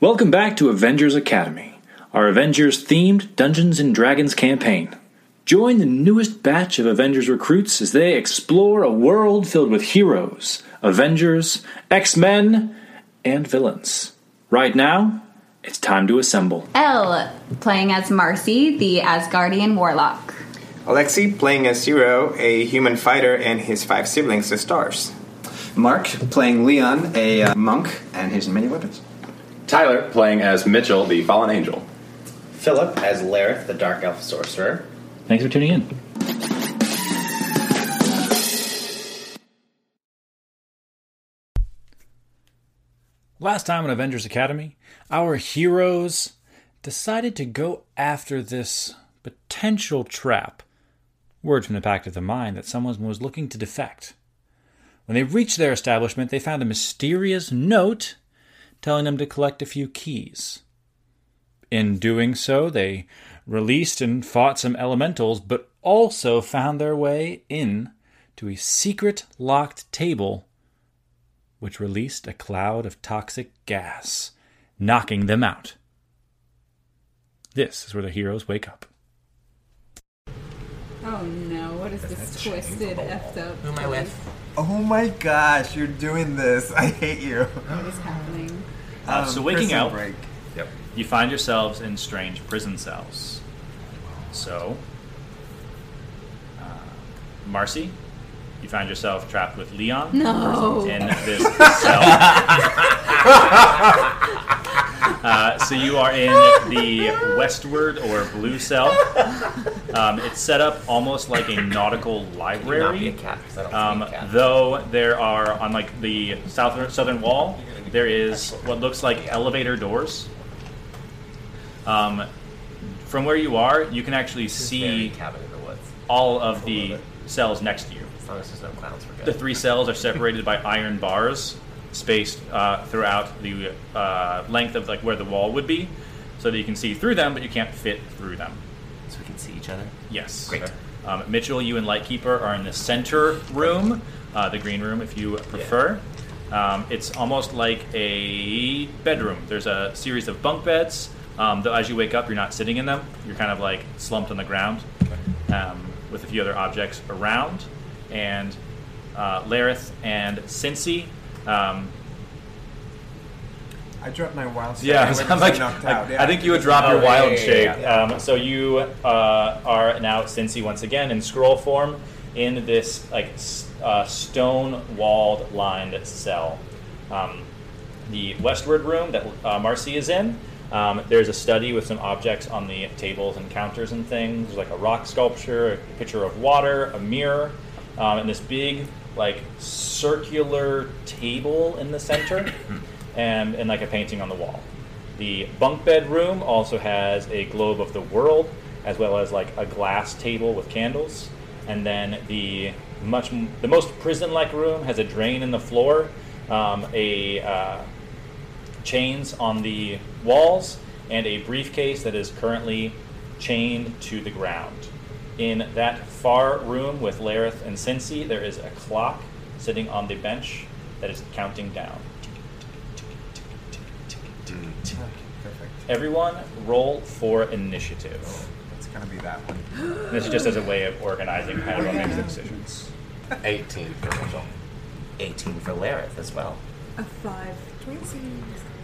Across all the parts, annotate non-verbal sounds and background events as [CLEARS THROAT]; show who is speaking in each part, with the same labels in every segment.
Speaker 1: Welcome back to Avengers Academy, our Avengers themed Dungeons and Dragons campaign. Join the newest batch of Avengers recruits as they explore a world filled with heroes, Avengers, X Men, and villains. Right now, it's time to assemble.
Speaker 2: Elle playing as Marcy, the Asgardian warlock.
Speaker 3: Alexi playing as Zero, a human fighter, and his five siblings, the stars.
Speaker 4: Mark playing Leon, a uh, monk, and his many weapons.
Speaker 5: Tyler playing as Mitchell, the fallen angel.
Speaker 6: Philip as Lareth, the dark elf sorcerer.
Speaker 1: Thanks for tuning in. Last time on Avengers Academy, our heroes decided to go after this potential trap. Word from the Pact of the Mind that someone was looking to defect. When they reached their establishment, they found a mysterious note telling them to collect a few keys. In doing so, they released and fought some elementals, but also found their way in to a secret locked table which released a cloud of toxic gas, knocking them out. This is where the heroes wake up.
Speaker 2: Oh no, what is this twisted, effed up?
Speaker 6: Who am I with?
Speaker 4: Oh my gosh, you're doing this. I hate [LAUGHS] you.
Speaker 2: What is happening?
Speaker 1: Uh, so waking
Speaker 4: Prison
Speaker 1: up,
Speaker 4: break.
Speaker 5: Yep.
Speaker 1: you find yourselves in strange prison cells. So, uh, Marcy, you find yourself trapped with Leon
Speaker 2: No.
Speaker 1: in this cell. uh, Uh, so you are in the westward or blue cell. Um, it's set up almost like a nautical
Speaker 6: Not be a
Speaker 1: library.
Speaker 6: cat, 'cause I don't
Speaker 1: Um,
Speaker 6: see a cat.
Speaker 1: though there are on like the southern southern wall, there is what looks like elevator doors. Um, from where you are, you can actually
Speaker 6: Very
Speaker 1: see
Speaker 6: cabin in the woods.
Speaker 1: all of the cells next to you.
Speaker 6: As long as there's no clowns, we're
Speaker 1: The
Speaker 6: good.
Speaker 1: three cells are separated by iron bars, spaced uh, throughout the uh, length of like where the wall would be, so that you can see through them, but you can't fit through them.
Speaker 6: so we can see each other.
Speaker 1: Yes.
Speaker 6: Great.
Speaker 1: Um, Mitchell, you and Lightkeeper are in the center room, uh, the green room, if you prefer. Um, it's almost like a bedroom. There's a series of bunk beds. Um, though as you wake up, you're not sitting in them. You're kind of like slumped on the ground um, with a few other objects around. And uh, Lareth and Cincy. Um,
Speaker 4: I dropped my wild shape.
Speaker 1: yeah,
Speaker 4: I
Speaker 1: so
Speaker 6: [LAUGHS]
Speaker 1: [LAUGHS]
Speaker 4: went
Speaker 1: I'm
Speaker 4: to
Speaker 1: like,
Speaker 4: say knocked
Speaker 1: like,
Speaker 4: out.
Speaker 1: I think you would drop your
Speaker 6: Oh, yeah,
Speaker 1: wild
Speaker 6: yeah, yeah,
Speaker 1: shape.
Speaker 6: yeah,
Speaker 1: Um, so you uh, are now Cincy once again in scroll form in this like s- uh, stone-walled lined cell. Um, the westward room that uh, Marcy is in. Um, there's a study with some objects on the tables and counters and things. There's like a rock sculpture, a picture of water, a mirror, um, and this big like circular table in the center, and, and like a painting on the wall. The bunk bed room also has a globe of the world, as well as like a glass table with candles. And then the much m- the most prison-like room has a drain in the floor, um, a uh, chains on the walls, and a briefcase that is currently chained to the ground. In that far room with Lareth and Cincy, there is a clock sitting on the bench that is counting down.
Speaker 4: Perfect.
Speaker 1: Everyone, roll for initiative.
Speaker 4: It's gonna be that one.
Speaker 1: And this is just as a way of organizing how everyone makes their decisions.
Speaker 5: 18 for Mitchell.
Speaker 6: 18 for Lareth as well.
Speaker 2: A five.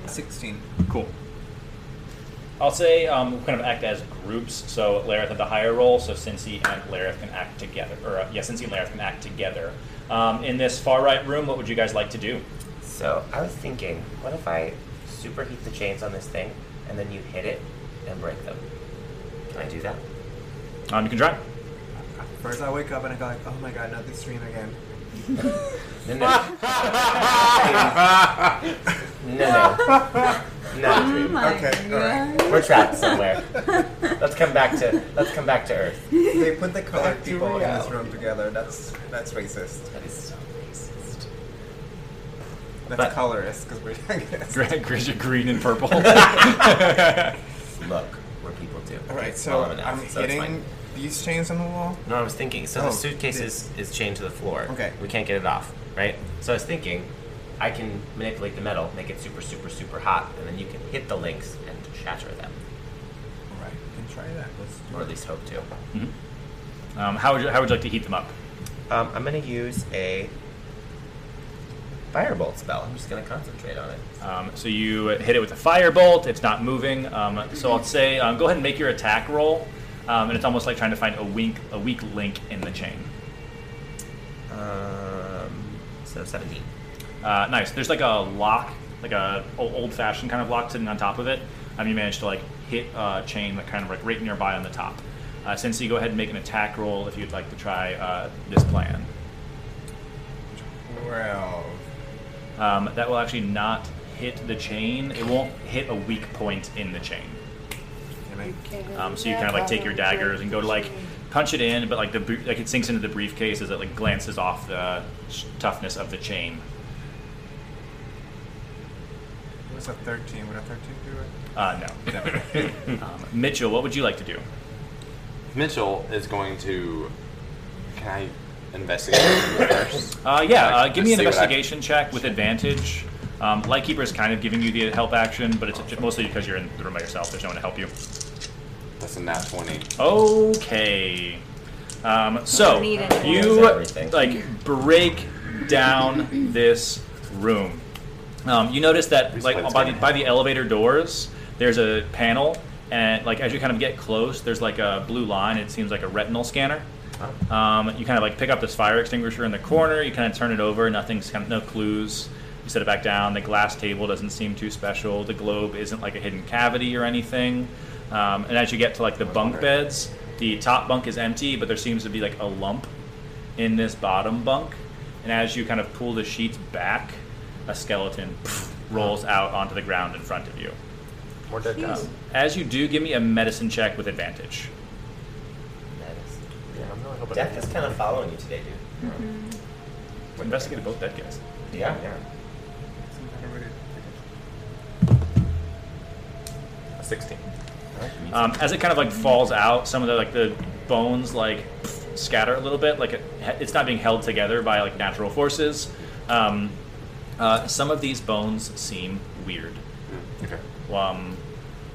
Speaker 4: Sixteen.
Speaker 1: Cool. I'll say um, we'll kind of act as groups. So Lareth had the higher role, so Cincy and Lareth can act together. Or uh, yeah, Cincy and Lareth can act together. Um, in this far right room, what would you guys like to do?
Speaker 6: So I was thinking, what if I superheat the chains on this thing, and then you hit it and break them? Can I do that?
Speaker 1: Um, you can try.
Speaker 4: First, I wake up and I go like, "Oh my god, not this dream again."
Speaker 6: No, no. no, no. No.
Speaker 2: Oh my
Speaker 4: Okay,
Speaker 2: god.
Speaker 6: We're trapped somewhere. Let's come back to let's come back to Earth.
Speaker 4: [LAUGHS] They put the colored
Speaker 6: Back to
Speaker 4: people in this
Speaker 6: reality.
Speaker 4: room together. That's that's racist.
Speaker 6: That is so racist.
Speaker 4: That's
Speaker 6: But-
Speaker 4: colorist because we're [LAUGHS] I guess.
Speaker 1: Green, green and [LAUGHS] purple. Mm-hmm.
Speaker 6: Look what people do.
Speaker 4: All right, so
Speaker 6: Well, I'm an
Speaker 4: I'm
Speaker 6: elf, so it's
Speaker 4: hitting
Speaker 6: fine.
Speaker 4: these chains on the wall.
Speaker 6: No, I was thinking. So
Speaker 4: Oh,
Speaker 6: the suitcase
Speaker 4: did-
Speaker 6: is, is chained to the floor.
Speaker 4: Okay.
Speaker 6: We can't get it off, right? So I was thinking, I can manipulate the metal, make it super, super, super hot, and then you can hit the links and shatter them,
Speaker 7: All right, we can try that. Let's do
Speaker 6: or at
Speaker 7: it.
Speaker 6: least hope to.
Speaker 1: Um, how, would you, how would you like to heat them up?
Speaker 6: Um, I'm gonna use a firebolt spell. I'm just gonna concentrate on it.
Speaker 1: Um, so you hit it with a fire bolt. It's not moving. Um, so I'll say, um, go ahead and make your attack roll. Um, and it's almost like trying to find a weak, a weak link in the chain.
Speaker 6: Um, so 17.
Speaker 1: Uh, nice. There's like a lock, like a o- old-fashioned kind of lock sitting on top of it. Um, you managed to like hit a chain, like kind of like right nearby on the top. Uh, since you go ahead and make an attack roll, if you'd like to try uh, this plan,
Speaker 7: Twelve.
Speaker 1: um, that will actually not hit the chain. It won't hit a weak point in the chain.
Speaker 7: Can I?
Speaker 1: Um, so you kind of like take your daggers and go to like punch it in, but like the br- like it sinks into the briefcase as it like glances off the sh- toughness of the chain.
Speaker 7: What's a thirteen? Would a thirteen do it?
Speaker 1: Uh, no,
Speaker 7: [LAUGHS]
Speaker 1: um, Mitchell, what would you like to do?
Speaker 5: Mitchell is going to. Can I investigate [COUGHS] first?
Speaker 1: Uh, yeah, uh, give me an
Speaker 5: Let's see what I-
Speaker 1: investigation check with advantage. Um, Lightkeeper is kind of giving you the help action, but it's ju- mostly because you're in the room by yourself. There's no one to help you.
Speaker 5: That's a nat 20.
Speaker 1: Okay. Um, so
Speaker 2: need it.
Speaker 1: you
Speaker 6: Knows everything.
Speaker 1: like break down this room. Um, you notice that
Speaker 5: Who's
Speaker 1: like
Speaker 5: playing
Speaker 1: by
Speaker 5: this
Speaker 1: the,
Speaker 5: game?
Speaker 1: by the elevator doors, there's a panel, and like as you kind of get close, there's like a blue line. It seems like a retinal scanner. Um, you kind of like pick up this fire extinguisher in the corner. You kind of turn it over. Nothing's kind of no clues. You set it back down. The glass table doesn't seem too special. The globe isn't like a hidden cavity or anything. Um, and as you get to like the bunk beds, the top bunk is empty, but there seems to be like a lump in this bottom bunk. And as you kind of pull the sheets back, a skeleton [LAUGHS] pff, rolls out onto the ground in front of you.
Speaker 6: More dead guys.
Speaker 1: As you do, give me a medicine check with advantage.
Speaker 6: Yeah, I'm really hoping. Death is kind of following you today, dude.
Speaker 1: Investigate both dead guys.
Speaker 6: Yeah, Mm-hmm. yeah.
Speaker 7: Seems like a really-
Speaker 6: A 16.
Speaker 1: Um, as it kind of like falls out, some of the like the bones like pff, scatter a little bit. Like it, it's not being held together by like natural forces. Um, uh, some of these bones seem weird.
Speaker 5: Okay.
Speaker 1: Um,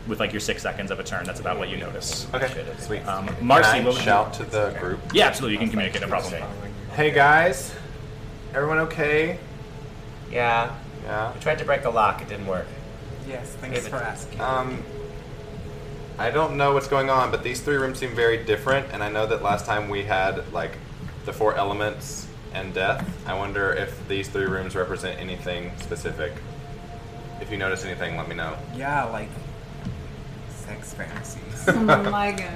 Speaker 1: with like your six seconds of a turn, that's about what you notice.
Speaker 5: Okay. Sweet.
Speaker 1: Um, Marcy,
Speaker 5: Marcy, can I
Speaker 1: what would you-
Speaker 5: shout to the group?
Speaker 1: Yeah, absolutely. You can communicate, no problem.
Speaker 7: Hey guys, everyone okay?
Speaker 6: Yeah.
Speaker 5: Yeah.
Speaker 6: We tried to break the lock, it didn't work.
Speaker 7: Yes,
Speaker 6: thanks for
Speaker 7: asking.
Speaker 5: Um, I don't know what's going on, but these three rooms seem very different, and I know that last time we had like the four elements and death. I wonder if these three rooms represent anything specific. If you notice anything, let me know.
Speaker 7: Yeah, like sex fantasies.
Speaker 2: Oh my god.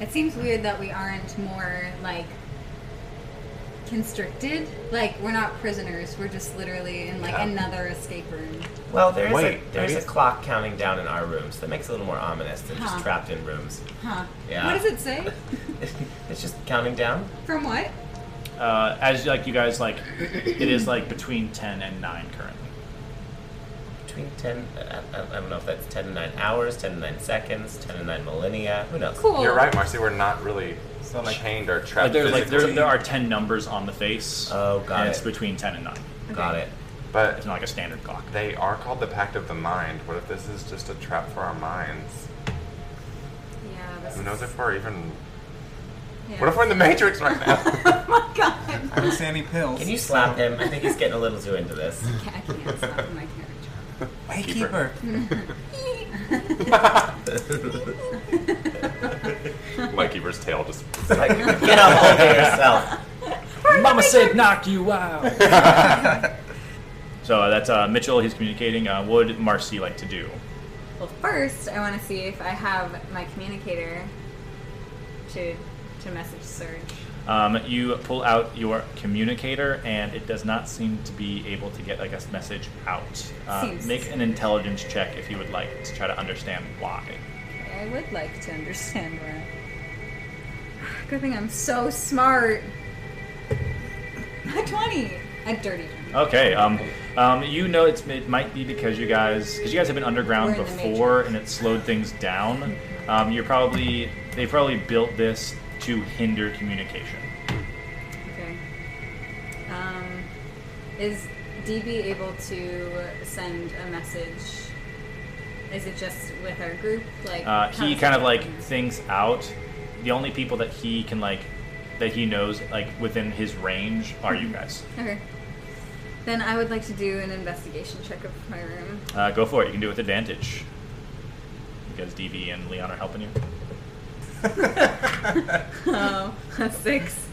Speaker 2: It seems weird that we aren't more like constricted. Like we're not prisoners. We're just literally in like
Speaker 5: Yeah.
Speaker 2: another escape room.
Speaker 6: Well, there's
Speaker 7: Wait,
Speaker 6: a, there's
Speaker 7: maybe
Speaker 6: a
Speaker 7: it's-
Speaker 6: clock counting down in our rooms. That makes it a little more ominous than
Speaker 2: Huh.
Speaker 6: just trapped in rooms. [LAUGHS]
Speaker 2: Huh.
Speaker 6: Yeah.
Speaker 2: What does it say?
Speaker 6: it's just counting down.
Speaker 2: From what?
Speaker 1: Uh, as like you guys like, it is like between ten and nine currently.
Speaker 6: Between 10, I, I, I don't know if that's 10 and 9 hours, 10 and 9 seconds, 10 and 9 millennia. Who knows?
Speaker 2: Cool.
Speaker 5: You're right, Marcy. We're not really
Speaker 7: So, like-
Speaker 5: chained or trapped.
Speaker 1: Like there's like there,
Speaker 5: physically,
Speaker 1: there are ten numbers on the face.
Speaker 6: Oh, got
Speaker 1: and
Speaker 6: it.
Speaker 1: It's between ten and nine.
Speaker 6: Got it.
Speaker 5: but
Speaker 1: It's not like a standard clock.
Speaker 5: they are called the Pact of the Mind. What if this is just a trap for our minds?
Speaker 2: Yeah. This
Speaker 5: Who
Speaker 2: is-
Speaker 5: knows if we're even?
Speaker 2: yeah.
Speaker 5: What if we're in the Matrix right now?
Speaker 2: [LAUGHS]
Speaker 4: [LAUGHS]
Speaker 2: oh my god.
Speaker 7: I don't see any pills.
Speaker 6: Can you slap him? I think he's getting a little too
Speaker 2: [LAUGHS]
Speaker 6: into this.
Speaker 2: I can't, I can't stop my character.
Speaker 7: Hey, keeper.
Speaker 5: [LAUGHS]
Speaker 2: [LAUGHS]
Speaker 5: [LAUGHS] Lightkeeper's tail just.
Speaker 6: Like,
Speaker 5: [LAUGHS]
Speaker 6: get a hold of yourself.
Speaker 1: Mama said, "Knock you out." [LAUGHS] so that's uh, Mitchell. He's communicating. Uh, what would Marcy like to do?
Speaker 2: Well, first I want to see if I have my communicator to to message Surge.
Speaker 1: Um, you pull out your communicator, and it does not seem to be able to get like a message out. Uh,
Speaker 2: Seems-
Speaker 1: make an intelligence check if you would like to try to understand why.
Speaker 2: I would like to understand where. [SIGHS] Good thing I'm so smart. [LAUGHS] A twenty, a dirty twenty.
Speaker 1: Okay. Um, um, you know it's, it might be because you guys because you guys have been underground
Speaker 2: We're in the
Speaker 1: before and it slowed things down. Um, you're probably they probably built this to hinder communication.
Speaker 2: Okay. Um, is D be able to send a message? Is it just with our group? Like
Speaker 1: Uh,
Speaker 2: how
Speaker 1: he
Speaker 2: does
Speaker 1: kind
Speaker 2: that
Speaker 1: of like
Speaker 2: happen?
Speaker 1: thinks out. The only people that he can like, that he knows like within his range are you guys.
Speaker 2: Okay. Then I would like to do an investigation check of my room. [LAUGHS]
Speaker 1: Uh, go for it. You can do it with advantage because DB and Leon are helping you.
Speaker 2: Oh, a six.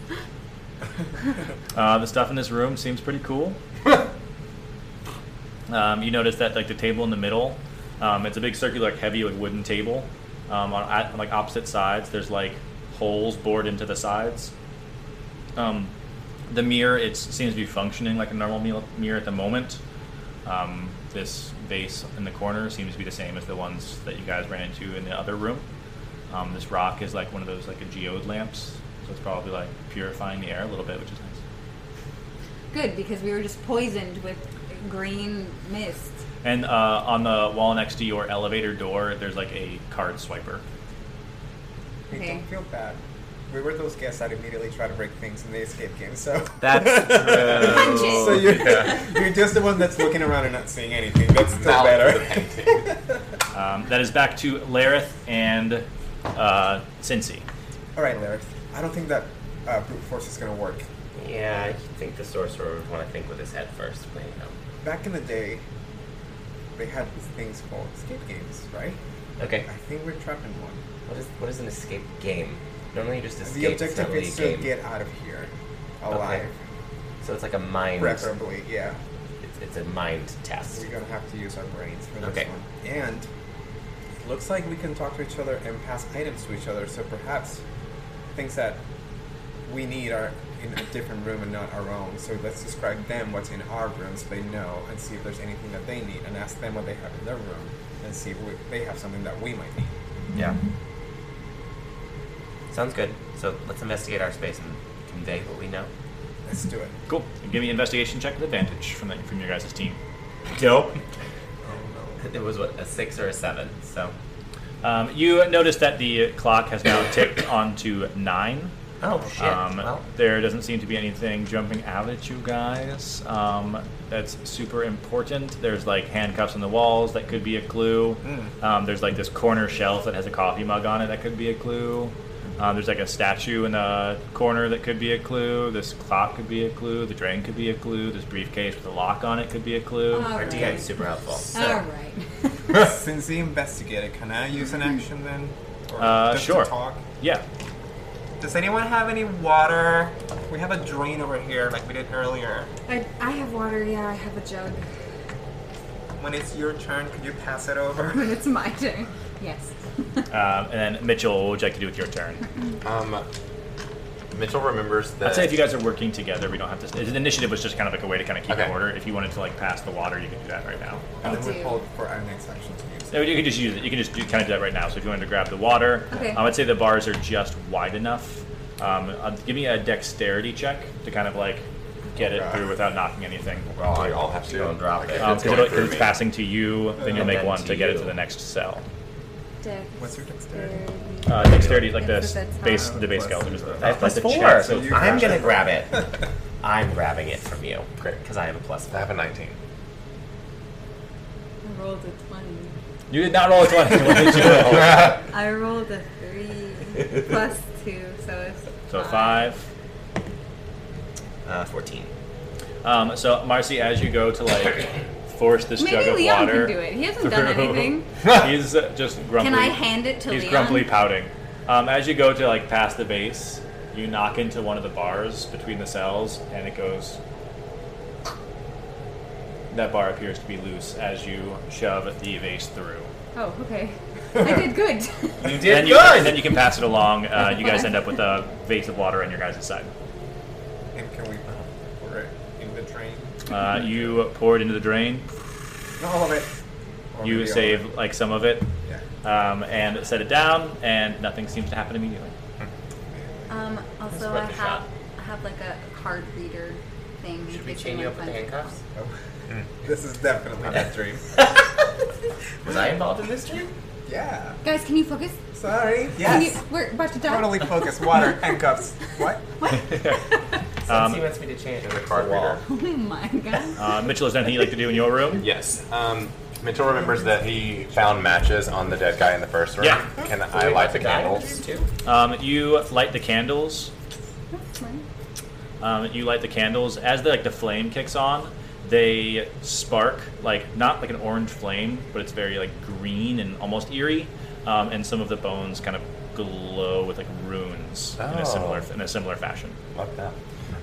Speaker 1: Uh, the stuff in this room seems pretty cool. um, you notice that like the table in the middle, um, it's a big circular, like heavy, like wooden table. Um, on, at, like opposite sides, there's like holes bored into the sides. Um, the mirror, it seems to be functioning like a normal meal, mirror at the moment. Um, this vase in the corner seems to be the same as the ones that you guys ran into in the other room. Um, this rock is like one of those like a geode lamps, so it's probably like purifying the air a little bit, which is nice.
Speaker 2: Good, because we were just poisoned with green mist.
Speaker 1: And uh, on the wall next to your elevator door, there's like a card swiper.
Speaker 4: Hey,
Speaker 2: Okay.
Speaker 4: don't feel bad. We were those guests that immediately try to break things in the escape game, so. [LAUGHS]
Speaker 8: That's
Speaker 2: true.
Speaker 4: so you're,
Speaker 9: Yeah.
Speaker 4: you're just the one that's looking around and not seeing anything. That's still
Speaker 9: Mallet
Speaker 4: better.
Speaker 9: with a painting.
Speaker 4: [LAUGHS]
Speaker 1: Um, that is back to Lareth and uh, Cincy.
Speaker 4: Alright, Lyric. I don't think that uh, brute force is gonna work.
Speaker 6: Yeah, I think the sorcerer would want to think with his head first. But, you know.
Speaker 4: Back in the day, they had these things called escape games, right?
Speaker 6: Okay.
Speaker 4: I think we're trapped in one.
Speaker 6: What is what is an escape game? Normally, you just escape.
Speaker 4: the
Speaker 6: it's not
Speaker 4: objective
Speaker 6: really
Speaker 4: is
Speaker 6: a
Speaker 4: to
Speaker 6: game.
Speaker 4: get out of here alive,
Speaker 6: So it's like a mind.
Speaker 4: preferably. Yeah,
Speaker 6: It's, it's a mind test.
Speaker 4: we're gonna have to use our brains for this
Speaker 6: Okay.
Speaker 4: one. And it looks like we can talk to each other and pass items to each other. So perhaps things that we need are in a different room and not our own. So let's describe them what's in our room so they know and see if there's anything that they need, and ask them what they have in their room and see if we, they have something that we might need.
Speaker 6: Yeah. Sounds good. So let's investigate our space and convey what we know. [LAUGHS]
Speaker 4: Let's do it.
Speaker 1: Cool. Give me an investigation check with advantage from the, from your guys' team. Dope.
Speaker 6: It was what a six or a seven. So.
Speaker 1: Um, you notice that the clock has now ticked on to nine.
Speaker 6: Oh shit.
Speaker 1: Um,
Speaker 6: well,
Speaker 1: There doesn't seem to be anything jumping out at you guys. Um, that's super important. There's like handcuffs on the walls that could be a clue. Um, there's like this corner shelf that has a coffee mug on it that could be a clue. Um, there's like a statue in the corner that could be a clue. This clock could be a clue. The drain could be a clue. This briefcase with a lock on it could be a clue.
Speaker 2: All
Speaker 6: our DM is
Speaker 2: right.
Speaker 6: super helpful.
Speaker 2: All right. [LAUGHS]
Speaker 4: Since he investigated, can I use an action then? Or
Speaker 1: Uh,
Speaker 4: just
Speaker 1: sure.
Speaker 4: To talk?
Speaker 1: yeah.
Speaker 4: Does anyone have any water? We have a drain over here, like we did earlier.
Speaker 2: I, I have water. Yeah, I have a jug.
Speaker 4: When it's your turn, could you pass it over?
Speaker 5: [LAUGHS]
Speaker 2: When it's my turn. Yes.
Speaker 1: Um, and then Mitchell, what would you like to do with your turn?
Speaker 9: um, Mitchell remembers that.
Speaker 1: I'd say if you guys are working together, we don't have to. The initiative was just kind of like a way to kind of keep
Speaker 9: Okay.
Speaker 1: order. If you wanted to like pass the water, you could do that right now.
Speaker 4: And then
Speaker 2: do.
Speaker 4: we hold for our next action to use.
Speaker 1: No, You can just use it. You can just do, kind of do that right now. So if you wanted to grab the water,
Speaker 2: Okay.
Speaker 1: um, I'd say the bars are just wide enough. Um, uh, give me a dexterity check to kind of like get it
Speaker 9: Okay.
Speaker 1: through without knocking anything.
Speaker 9: Well, I- I'll have to
Speaker 6: Go and drop it.
Speaker 1: Um,
Speaker 9: It's
Speaker 1: 'cause
Speaker 9: going
Speaker 1: it'll- 'cause
Speaker 9: through
Speaker 1: it's
Speaker 9: me.
Speaker 1: passing to you, then you'll
Speaker 6: And
Speaker 1: make
Speaker 6: then
Speaker 1: one
Speaker 6: to
Speaker 1: to, get it
Speaker 6: you.
Speaker 1: to the next cell.
Speaker 2: Dex-
Speaker 4: What's your dexterity?
Speaker 1: Uh, dexterity is like
Speaker 2: That's
Speaker 1: this
Speaker 2: what that's
Speaker 1: base,
Speaker 2: on.
Speaker 1: the base
Speaker 4: Plus-
Speaker 1: skeleton. is
Speaker 6: I have
Speaker 1: like
Speaker 6: plus
Speaker 1: the
Speaker 6: four.
Speaker 1: check, so
Speaker 4: you
Speaker 6: I'm
Speaker 4: grab
Speaker 6: gonna
Speaker 4: it.
Speaker 6: grab it. I'm grabbing it from you. Great. Because I have a plus
Speaker 9: I
Speaker 6: five.
Speaker 9: have a 19.
Speaker 2: I rolled a twenty.
Speaker 1: you did not roll a twenty. What did you roll?
Speaker 2: I rolled a
Speaker 1: [LAUGHS]
Speaker 2: three plus two, so it's
Speaker 1: So five.
Speaker 6: Uh, Fourteen.
Speaker 1: Um, so Marcy, as you go to like force this
Speaker 2: Maybe
Speaker 1: jug of
Speaker 2: Leon
Speaker 1: water,
Speaker 2: can do it. He hasn't
Speaker 1: [LAUGHS]
Speaker 2: done
Speaker 1: through-
Speaker 2: anything.
Speaker 1: he's uh, just grumpy.
Speaker 2: Can I hand it to
Speaker 1: He's
Speaker 2: Leon?
Speaker 1: grumpily pouting. Um, as you go to like past the base, you knock into one of the bars between the cells, and it goes. That bar appears to be loose as you shove the vase through.
Speaker 2: Oh,
Speaker 1: [LAUGHS]
Speaker 2: okay. I did good.
Speaker 1: You did then you, and then you can pass it along. Uh, you guys end up with a vase of water on your guys' side.
Speaker 4: And can we pour it in the drain?
Speaker 2: [LAUGHS]
Speaker 1: Uh, you pour it into the drain.
Speaker 4: Not all of it. Or
Speaker 1: You
Speaker 4: maybe all of
Speaker 1: save
Speaker 4: it.
Speaker 1: like some of it,
Speaker 4: Yeah.
Speaker 1: um, and set it down, and nothing seems to happen immediately.
Speaker 2: um, also, I
Speaker 6: worth a
Speaker 2: have
Speaker 6: shot.
Speaker 2: I have like a card reader thing.
Speaker 6: Should we
Speaker 2: if
Speaker 6: chain
Speaker 2: they
Speaker 6: you up
Speaker 2: want
Speaker 6: with the
Speaker 2: to punch
Speaker 6: handcuffs?
Speaker 4: Oh. this is definitely that
Speaker 1: [LAUGHS]
Speaker 4: dream.
Speaker 6: Was I involved in this dream?
Speaker 4: Yeah.
Speaker 2: it. Guys, can you focus?
Speaker 4: Sorry.
Speaker 2: Can
Speaker 4: Yes.
Speaker 2: you, we're about to die.
Speaker 1: [LAUGHS]
Speaker 2: [LAUGHS]
Speaker 4: Totally focus. Water. Handcuffs. What?
Speaker 2: What? [LAUGHS]
Speaker 6: Since
Speaker 1: Um,
Speaker 6: he wants me to change
Speaker 5: There's a
Speaker 6: the
Speaker 5: card
Speaker 6: wall.
Speaker 5: reader.
Speaker 2: Oh my god.
Speaker 1: Uh, Mitchell, is there anything you'd like to do in your room?
Speaker 5: Yes. Um, Mitchell remembers that he found matches on the dead guy in the first room.
Speaker 1: Yeah.
Speaker 5: Can
Speaker 6: So
Speaker 5: I
Speaker 6: we
Speaker 5: light
Speaker 6: have
Speaker 5: the
Speaker 6: to die in
Speaker 5: candles?
Speaker 6: the room too?
Speaker 1: Um, you light the candles.
Speaker 2: That's fine.
Speaker 1: Um, you light the candles as the, like the flame kicks on. They spark like not like an orange flame, but it's very like green and almost eerie. Um, and some of the bones kind of glow with like runes in a similar
Speaker 5: Oh.
Speaker 1: in a similar fashion.
Speaker 5: Love that.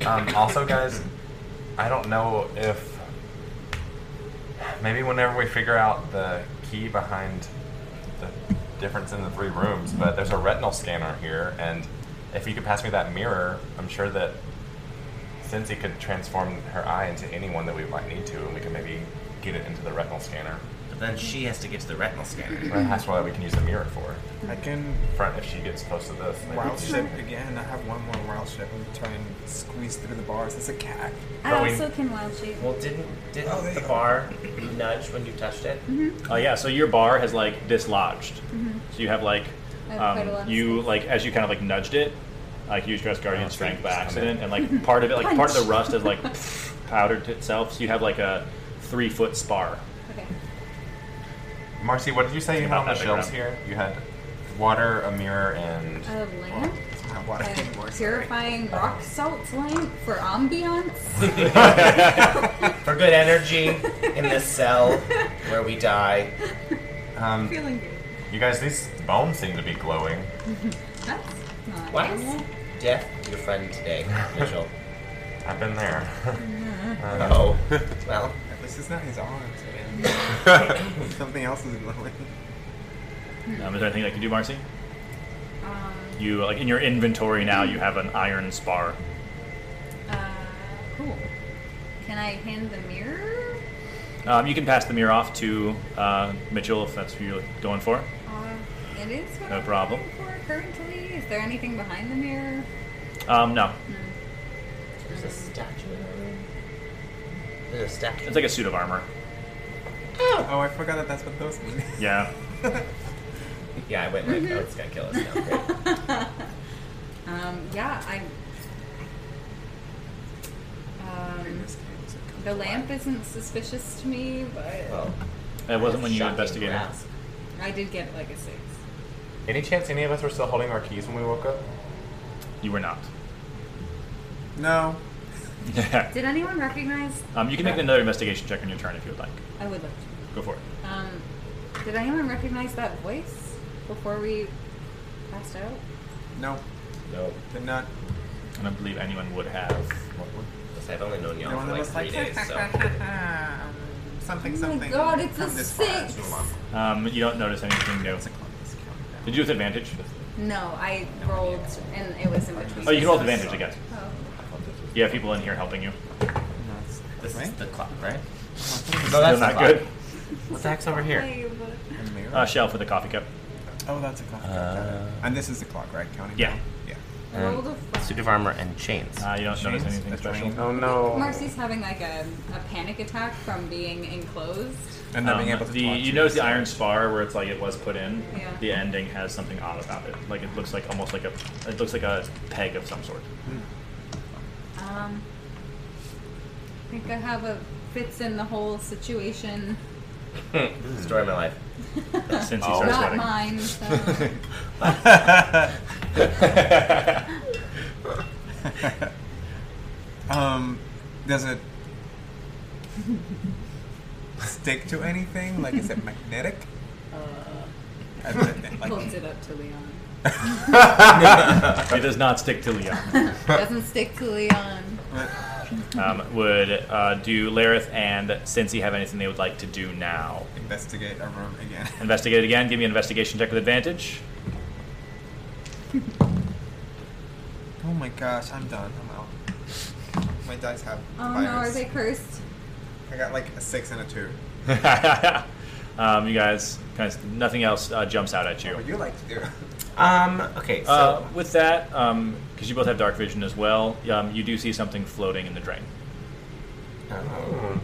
Speaker 5: Um, also, guys, I don't know if maybe whenever we figure out the key behind the difference in the three rooms, but there's a retinal scanner here, and if you could pass me that mirror, I'm sure that Cincy could transform her eye into anyone that we might need to, and we can maybe get it into the retinal scanner.
Speaker 6: But then she has to get to the retinal scanner.
Speaker 5: And that's why we can use the mirror for
Speaker 7: I can
Speaker 5: front if she gets close to this. maybe
Speaker 7: wild
Speaker 5: we
Speaker 7: ship
Speaker 5: can-
Speaker 7: again. I have one more wild ship. I'm trying to squeeze through the bars. It's a cat.
Speaker 2: I
Speaker 5: But we-
Speaker 2: also can wild shape.
Speaker 6: Well, didn't didn't
Speaker 7: Oh, there
Speaker 6: the
Speaker 7: you
Speaker 6: bar nudge when you touched it?
Speaker 1: Uh, yeah, so your bar has like dislodged. So you have like
Speaker 2: Mm-hmm. I have quite a lot
Speaker 1: um,
Speaker 2: of
Speaker 1: you
Speaker 2: space.
Speaker 1: like as you kind of like nudged it, like you stress guardian
Speaker 5: Oh,
Speaker 1: strength
Speaker 5: thanks.
Speaker 1: by accident, and
Speaker 2: [LAUGHS]
Speaker 1: like part of it, like part of the rust is like powdered to itself. So you have like a three foot spar.
Speaker 2: Okay.
Speaker 5: Marcy, what did you say you
Speaker 1: About
Speaker 5: had on the
Speaker 1: that
Speaker 5: shelves
Speaker 1: background.
Speaker 5: here? You had water, a mirror, and
Speaker 2: I have land.
Speaker 7: It's not
Speaker 2: I
Speaker 7: water anymore.
Speaker 2: have terrifying rock salt land for
Speaker 1: [LAUGHS]
Speaker 2: ambiance.
Speaker 6: For good energy in this cell where we die.
Speaker 5: um,
Speaker 2: Feeling good.
Speaker 5: you guys. These bones seem to be glowing.
Speaker 2: That's not
Speaker 6: Why
Speaker 2: bad.
Speaker 6: is death your friend today, Mitchell?
Speaker 5: I've been there. [LAUGHS]
Speaker 6: oh. Well,
Speaker 7: At least it's not his arms, man.
Speaker 5: [LAUGHS]
Speaker 7: Something else is glowing.
Speaker 1: Um, is there anything I can do, Marcy?
Speaker 2: Mm-hmm. Um,
Speaker 1: You like in your inventory now. You have an iron spar.
Speaker 2: uh, cool. Can I hand the mirror?
Speaker 1: Um, you can pass the mirror off to uh, Mitchell if that's who you're going for.
Speaker 2: Uh, it is what
Speaker 1: No
Speaker 2: I'm
Speaker 1: problem.
Speaker 2: looking for currently. Is there anything behind the mirror? [LAUGHS]
Speaker 1: Um, no,
Speaker 6: there's a statue in the room. There's a statue.
Speaker 1: it's like a suit of armor.
Speaker 7: Oh, I forgot that that's what those mean.
Speaker 1: Yeah.
Speaker 6: yeah, I went like, oh, it's gonna kill us now. Great.
Speaker 2: Um, yeah, I. Um, the lamp isn't suspicious to me,
Speaker 1: Oh.
Speaker 2: but
Speaker 6: Well,
Speaker 1: That wasn't when you
Speaker 6: shocking
Speaker 1: investigated.
Speaker 6: grasp.
Speaker 2: I did get like a six.
Speaker 5: any chance any of us were still holding our keys when we woke up?
Speaker 1: You were not. [LAUGHS]
Speaker 7: No.
Speaker 2: Did anyone recognize?
Speaker 1: um, you can make another investigation check on your turn if you would like.
Speaker 2: I would love to.
Speaker 1: Go for it.
Speaker 2: Um, did anyone recognize that voice before we passed out?
Speaker 7: No.
Speaker 6: No,
Speaker 7: Did not.
Speaker 1: I don't believe anyone would have.
Speaker 6: because I've only known y'all
Speaker 7: no
Speaker 6: for
Speaker 7: one
Speaker 6: like
Speaker 7: was
Speaker 6: three
Speaker 7: like,
Speaker 6: days,
Speaker 7: [LAUGHS]
Speaker 6: so
Speaker 7: something,
Speaker 2: Oh my
Speaker 7: um, something.
Speaker 2: God, it's a
Speaker 7: come this far,
Speaker 2: six.
Speaker 7: so long.
Speaker 1: Um, you don't notice anything new.
Speaker 7: It's a Columbus countdown.
Speaker 1: Did you with advantage?
Speaker 2: No, I rolled and it was in between.
Speaker 1: Oh, you can roll with advantage again.
Speaker 2: Oh.
Speaker 1: You have people in here helping you.
Speaker 7: No, it's-
Speaker 6: this
Speaker 7: right?
Speaker 6: is the clock, right?
Speaker 1: Still
Speaker 6: that's
Speaker 1: not
Speaker 6: the
Speaker 1: good.
Speaker 6: What the heck's over here?
Speaker 2: Hey, but-
Speaker 7: A mirror?
Speaker 1: Uh, shelf with a coffee cup.
Speaker 7: oh, that's a clock.
Speaker 6: Uh,
Speaker 7: and this is the clock, right? Counting.
Speaker 1: Yeah.
Speaker 7: down? Yeah.
Speaker 2: Rolled a
Speaker 6: Um,
Speaker 2: five.
Speaker 6: suit of armor and chains.
Speaker 1: Uh, you don't notice
Speaker 7: Chains,
Speaker 1: anything
Speaker 7: that's
Speaker 1: special.
Speaker 7: right.
Speaker 3: Oh no.
Speaker 2: Marcy's having like a, a panic attack from being enclosed.
Speaker 7: And not
Speaker 1: Um,
Speaker 7: being able to
Speaker 1: the,
Speaker 7: talk
Speaker 1: you
Speaker 7: to
Speaker 1: notice the
Speaker 7: yourself.
Speaker 1: iron spar where it's like it was put in.
Speaker 2: Yeah.
Speaker 1: The ending has something odd about it. Like it looks like almost like a it looks like a peg of some
Speaker 2: [LAUGHS]
Speaker 1: sort.
Speaker 2: Um, I think I have a fits in the whole situation.
Speaker 6: Story of my life.
Speaker 1: Since he
Speaker 5: Oh.
Speaker 1: starts
Speaker 2: Not
Speaker 1: sweating.
Speaker 2: mine. So.
Speaker 7: um, does it stick to anything? Like, is it magnetic?
Speaker 2: Uh,
Speaker 7: I don't know,
Speaker 2: Holds
Speaker 7: like,
Speaker 2: it up to Leon.
Speaker 1: It does not stick to Leon.
Speaker 2: Doesn't stick to Leon.
Speaker 1: Um, would uh, do Lareth and Cincy have anything they would like to do now?
Speaker 7: investigate a room again. [LAUGHS]
Speaker 1: Investigate again. Give me an investigation check with advantage. [LAUGHS]
Speaker 7: Oh my gosh, I'm done. I'm out. My dice have
Speaker 2: Oh
Speaker 7: fires.
Speaker 2: no, are they cursed?
Speaker 7: I got like a six and a two.
Speaker 1: um, you guys, guys, nothing else uh, jumps out at you.
Speaker 7: What would you like to do?
Speaker 6: [LAUGHS]
Speaker 7: [LAUGHS]
Speaker 6: Um, okay, so
Speaker 1: Uh, with that, because you both have dark vision as well, um, you do see something floating in the drain.
Speaker 6: um,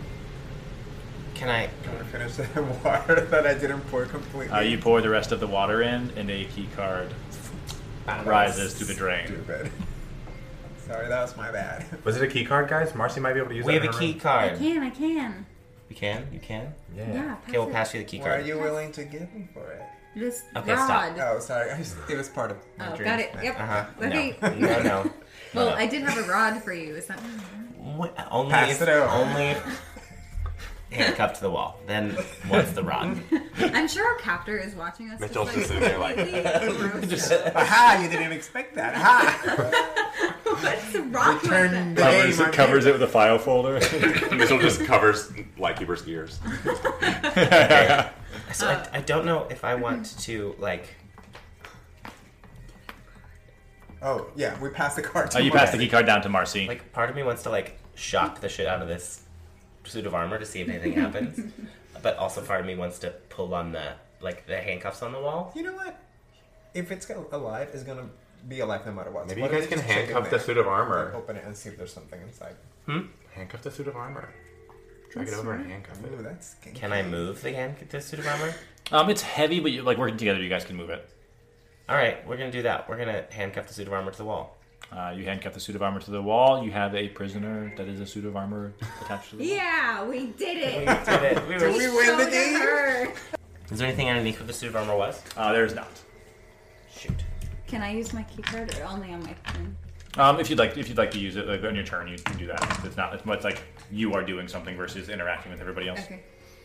Speaker 6: can I
Speaker 7: I'm gonna finish the water [LAUGHS] that I didn't pour completely.
Speaker 1: Uh, you pour the rest of the water in, and a key card rises to the drain.
Speaker 7: Stupid. Sorry, that was my bad. [LAUGHS]
Speaker 10: Was it a key card, guys? Marcy might be able to use
Speaker 6: We
Speaker 10: that
Speaker 6: have
Speaker 10: in
Speaker 6: a
Speaker 10: her
Speaker 6: key
Speaker 10: room.
Speaker 2: I
Speaker 6: card.
Speaker 2: can, I can.
Speaker 6: You can? You can?
Speaker 10: Yeah.
Speaker 2: Yeah, pass
Speaker 6: Okay, we'll
Speaker 2: it.
Speaker 6: pass you the key
Speaker 7: What are
Speaker 6: card.
Speaker 7: you willing to give me for it?
Speaker 2: This
Speaker 6: Okay,
Speaker 2: rod.
Speaker 6: stop.
Speaker 7: Oh, sorry. I just, it was part of my
Speaker 2: Oh,
Speaker 7: dream.
Speaker 2: got it. Yep.
Speaker 6: Uh-huh.
Speaker 2: Okay.
Speaker 6: No. [LAUGHS] No, no.
Speaker 2: [LAUGHS] Well,
Speaker 6: no.
Speaker 2: I did have a rod for you.
Speaker 6: [LAUGHS]
Speaker 2: Is that?
Speaker 6: What- Only
Speaker 7: Pass
Speaker 6: if,
Speaker 7: it over.
Speaker 6: Only if
Speaker 2: [LAUGHS]
Speaker 6: handcuffed to the wall. Then what's the rod?
Speaker 2: I'm sure our captor is watching us.
Speaker 5: Mitchell's just sitting there [LAUGHS]
Speaker 6: [LAUGHS]
Speaker 5: like-
Speaker 2: like.
Speaker 6: Just-
Speaker 7: Aha! Ah, You didn't expect that. Aha!
Speaker 2: What's wrong with
Speaker 7: Return
Speaker 2: that?
Speaker 7: the- Hey,
Speaker 1: Covers,
Speaker 7: my
Speaker 1: covers it with a file [LAUGHS] folder.
Speaker 5: Mitchell just covers Lightkeeper's ears.
Speaker 1: Uh,
Speaker 6: So [LAUGHS] I, I don't know if I want to like.
Speaker 7: [LAUGHS] Oh, yeah. We passed the card.
Speaker 1: oh,
Speaker 7: To
Speaker 1: you
Speaker 7: Mark.
Speaker 1: passed the key card down to Marcy.
Speaker 6: Like, part of me wants to like shock the shit out of this suit of armor to see if anything [LAUGHS] happens, but also part of me wants to pull on the like the handcuffs on the wal
Speaker 7: You know what? If it's gonna- alive, it's gonna be alive no matter what.
Speaker 5: Maybe
Speaker 7: Why
Speaker 5: you
Speaker 7: don't
Speaker 5: guys can
Speaker 7: just check in
Speaker 5: handcuff the
Speaker 7: there?
Speaker 5: suit of
Speaker 7: Like,
Speaker 5: armor.
Speaker 7: Open it and see if there's something inside.
Speaker 5: Handcuff the suit of armor. Drag it over and handcuff
Speaker 7: Ooh,
Speaker 5: it.
Speaker 7: that's skinny.
Speaker 6: Can I move the hand the suit of armor?
Speaker 1: Um, it's heavy, but you, like working together, you guys can move it.
Speaker 6: All right, we're gonna do that. We're gonna handcuff the suit of armor to the wall.
Speaker 1: Uh, you handcuff the suit of armor to the wall. You have a prisoner that is a suit of armor attached to the wall.
Speaker 2: Yeah, we did
Speaker 6: [LAUGHS] We
Speaker 2: it.
Speaker 6: did it. We were-
Speaker 7: we win the
Speaker 2: Showed
Speaker 7: game?
Speaker 2: her.
Speaker 6: Is there anything underneath what the suit of armor was?
Speaker 1: Uh, there is not.
Speaker 6: Shoot.
Speaker 2: Can I use my key card or only on my phone?
Speaker 1: Um, if you'd like, if you'd like to use it like on your turn, you can do that. It's not. It's much like you are doing something versus interacting with everybody else.
Speaker 2: Okay.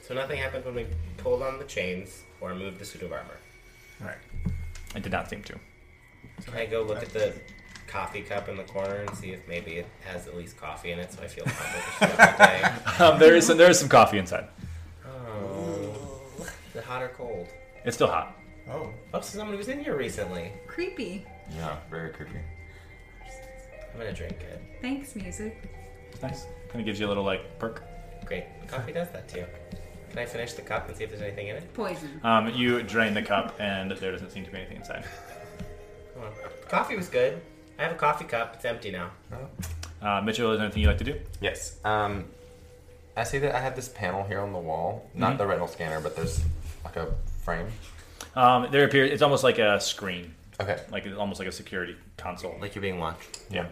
Speaker 6: So nothing happened when we pulled on the chains or moved the suit of armor.
Speaker 7: Right.
Speaker 1: I did not seem to. [LAUGHS]
Speaker 6: Can I go look at the coffee cup in the corner and see if maybe it has at least coffee in it so I feel comfortable with the day?
Speaker 1: Um, there is some, there is some coffee inside.
Speaker 6: Oh. Is it hot or cold?
Speaker 1: It's still hot.
Speaker 7: Oh.
Speaker 6: Oh, so someone was in here recently.
Speaker 2: Creepy.
Speaker 5: Yeah, very creepy.
Speaker 6: I'm gonna drink it.
Speaker 2: Thanks, music.
Speaker 1: It's nice. Kind of gives you a little like perk.
Speaker 6: Great. Coffee does that too. Can I finish the cup and see if there's anything in it?
Speaker 2: Poison.
Speaker 1: Um, you drain the cup, and there doesn't seem to be anything inside.
Speaker 6: Come on. Coffee was good. I have a coffee cup. It's empty now.
Speaker 1: Uh, Mitchell, is there anything you'd like to do?
Speaker 5: Yes. Um, I see that I have this panel here on the wall. Not the retinal scanner, but there's like a frame.
Speaker 1: Um, there appears. It's almost like a screen,
Speaker 5: Okay.
Speaker 1: like almost like a security console.
Speaker 6: Like you're being watched.
Speaker 1: yeah.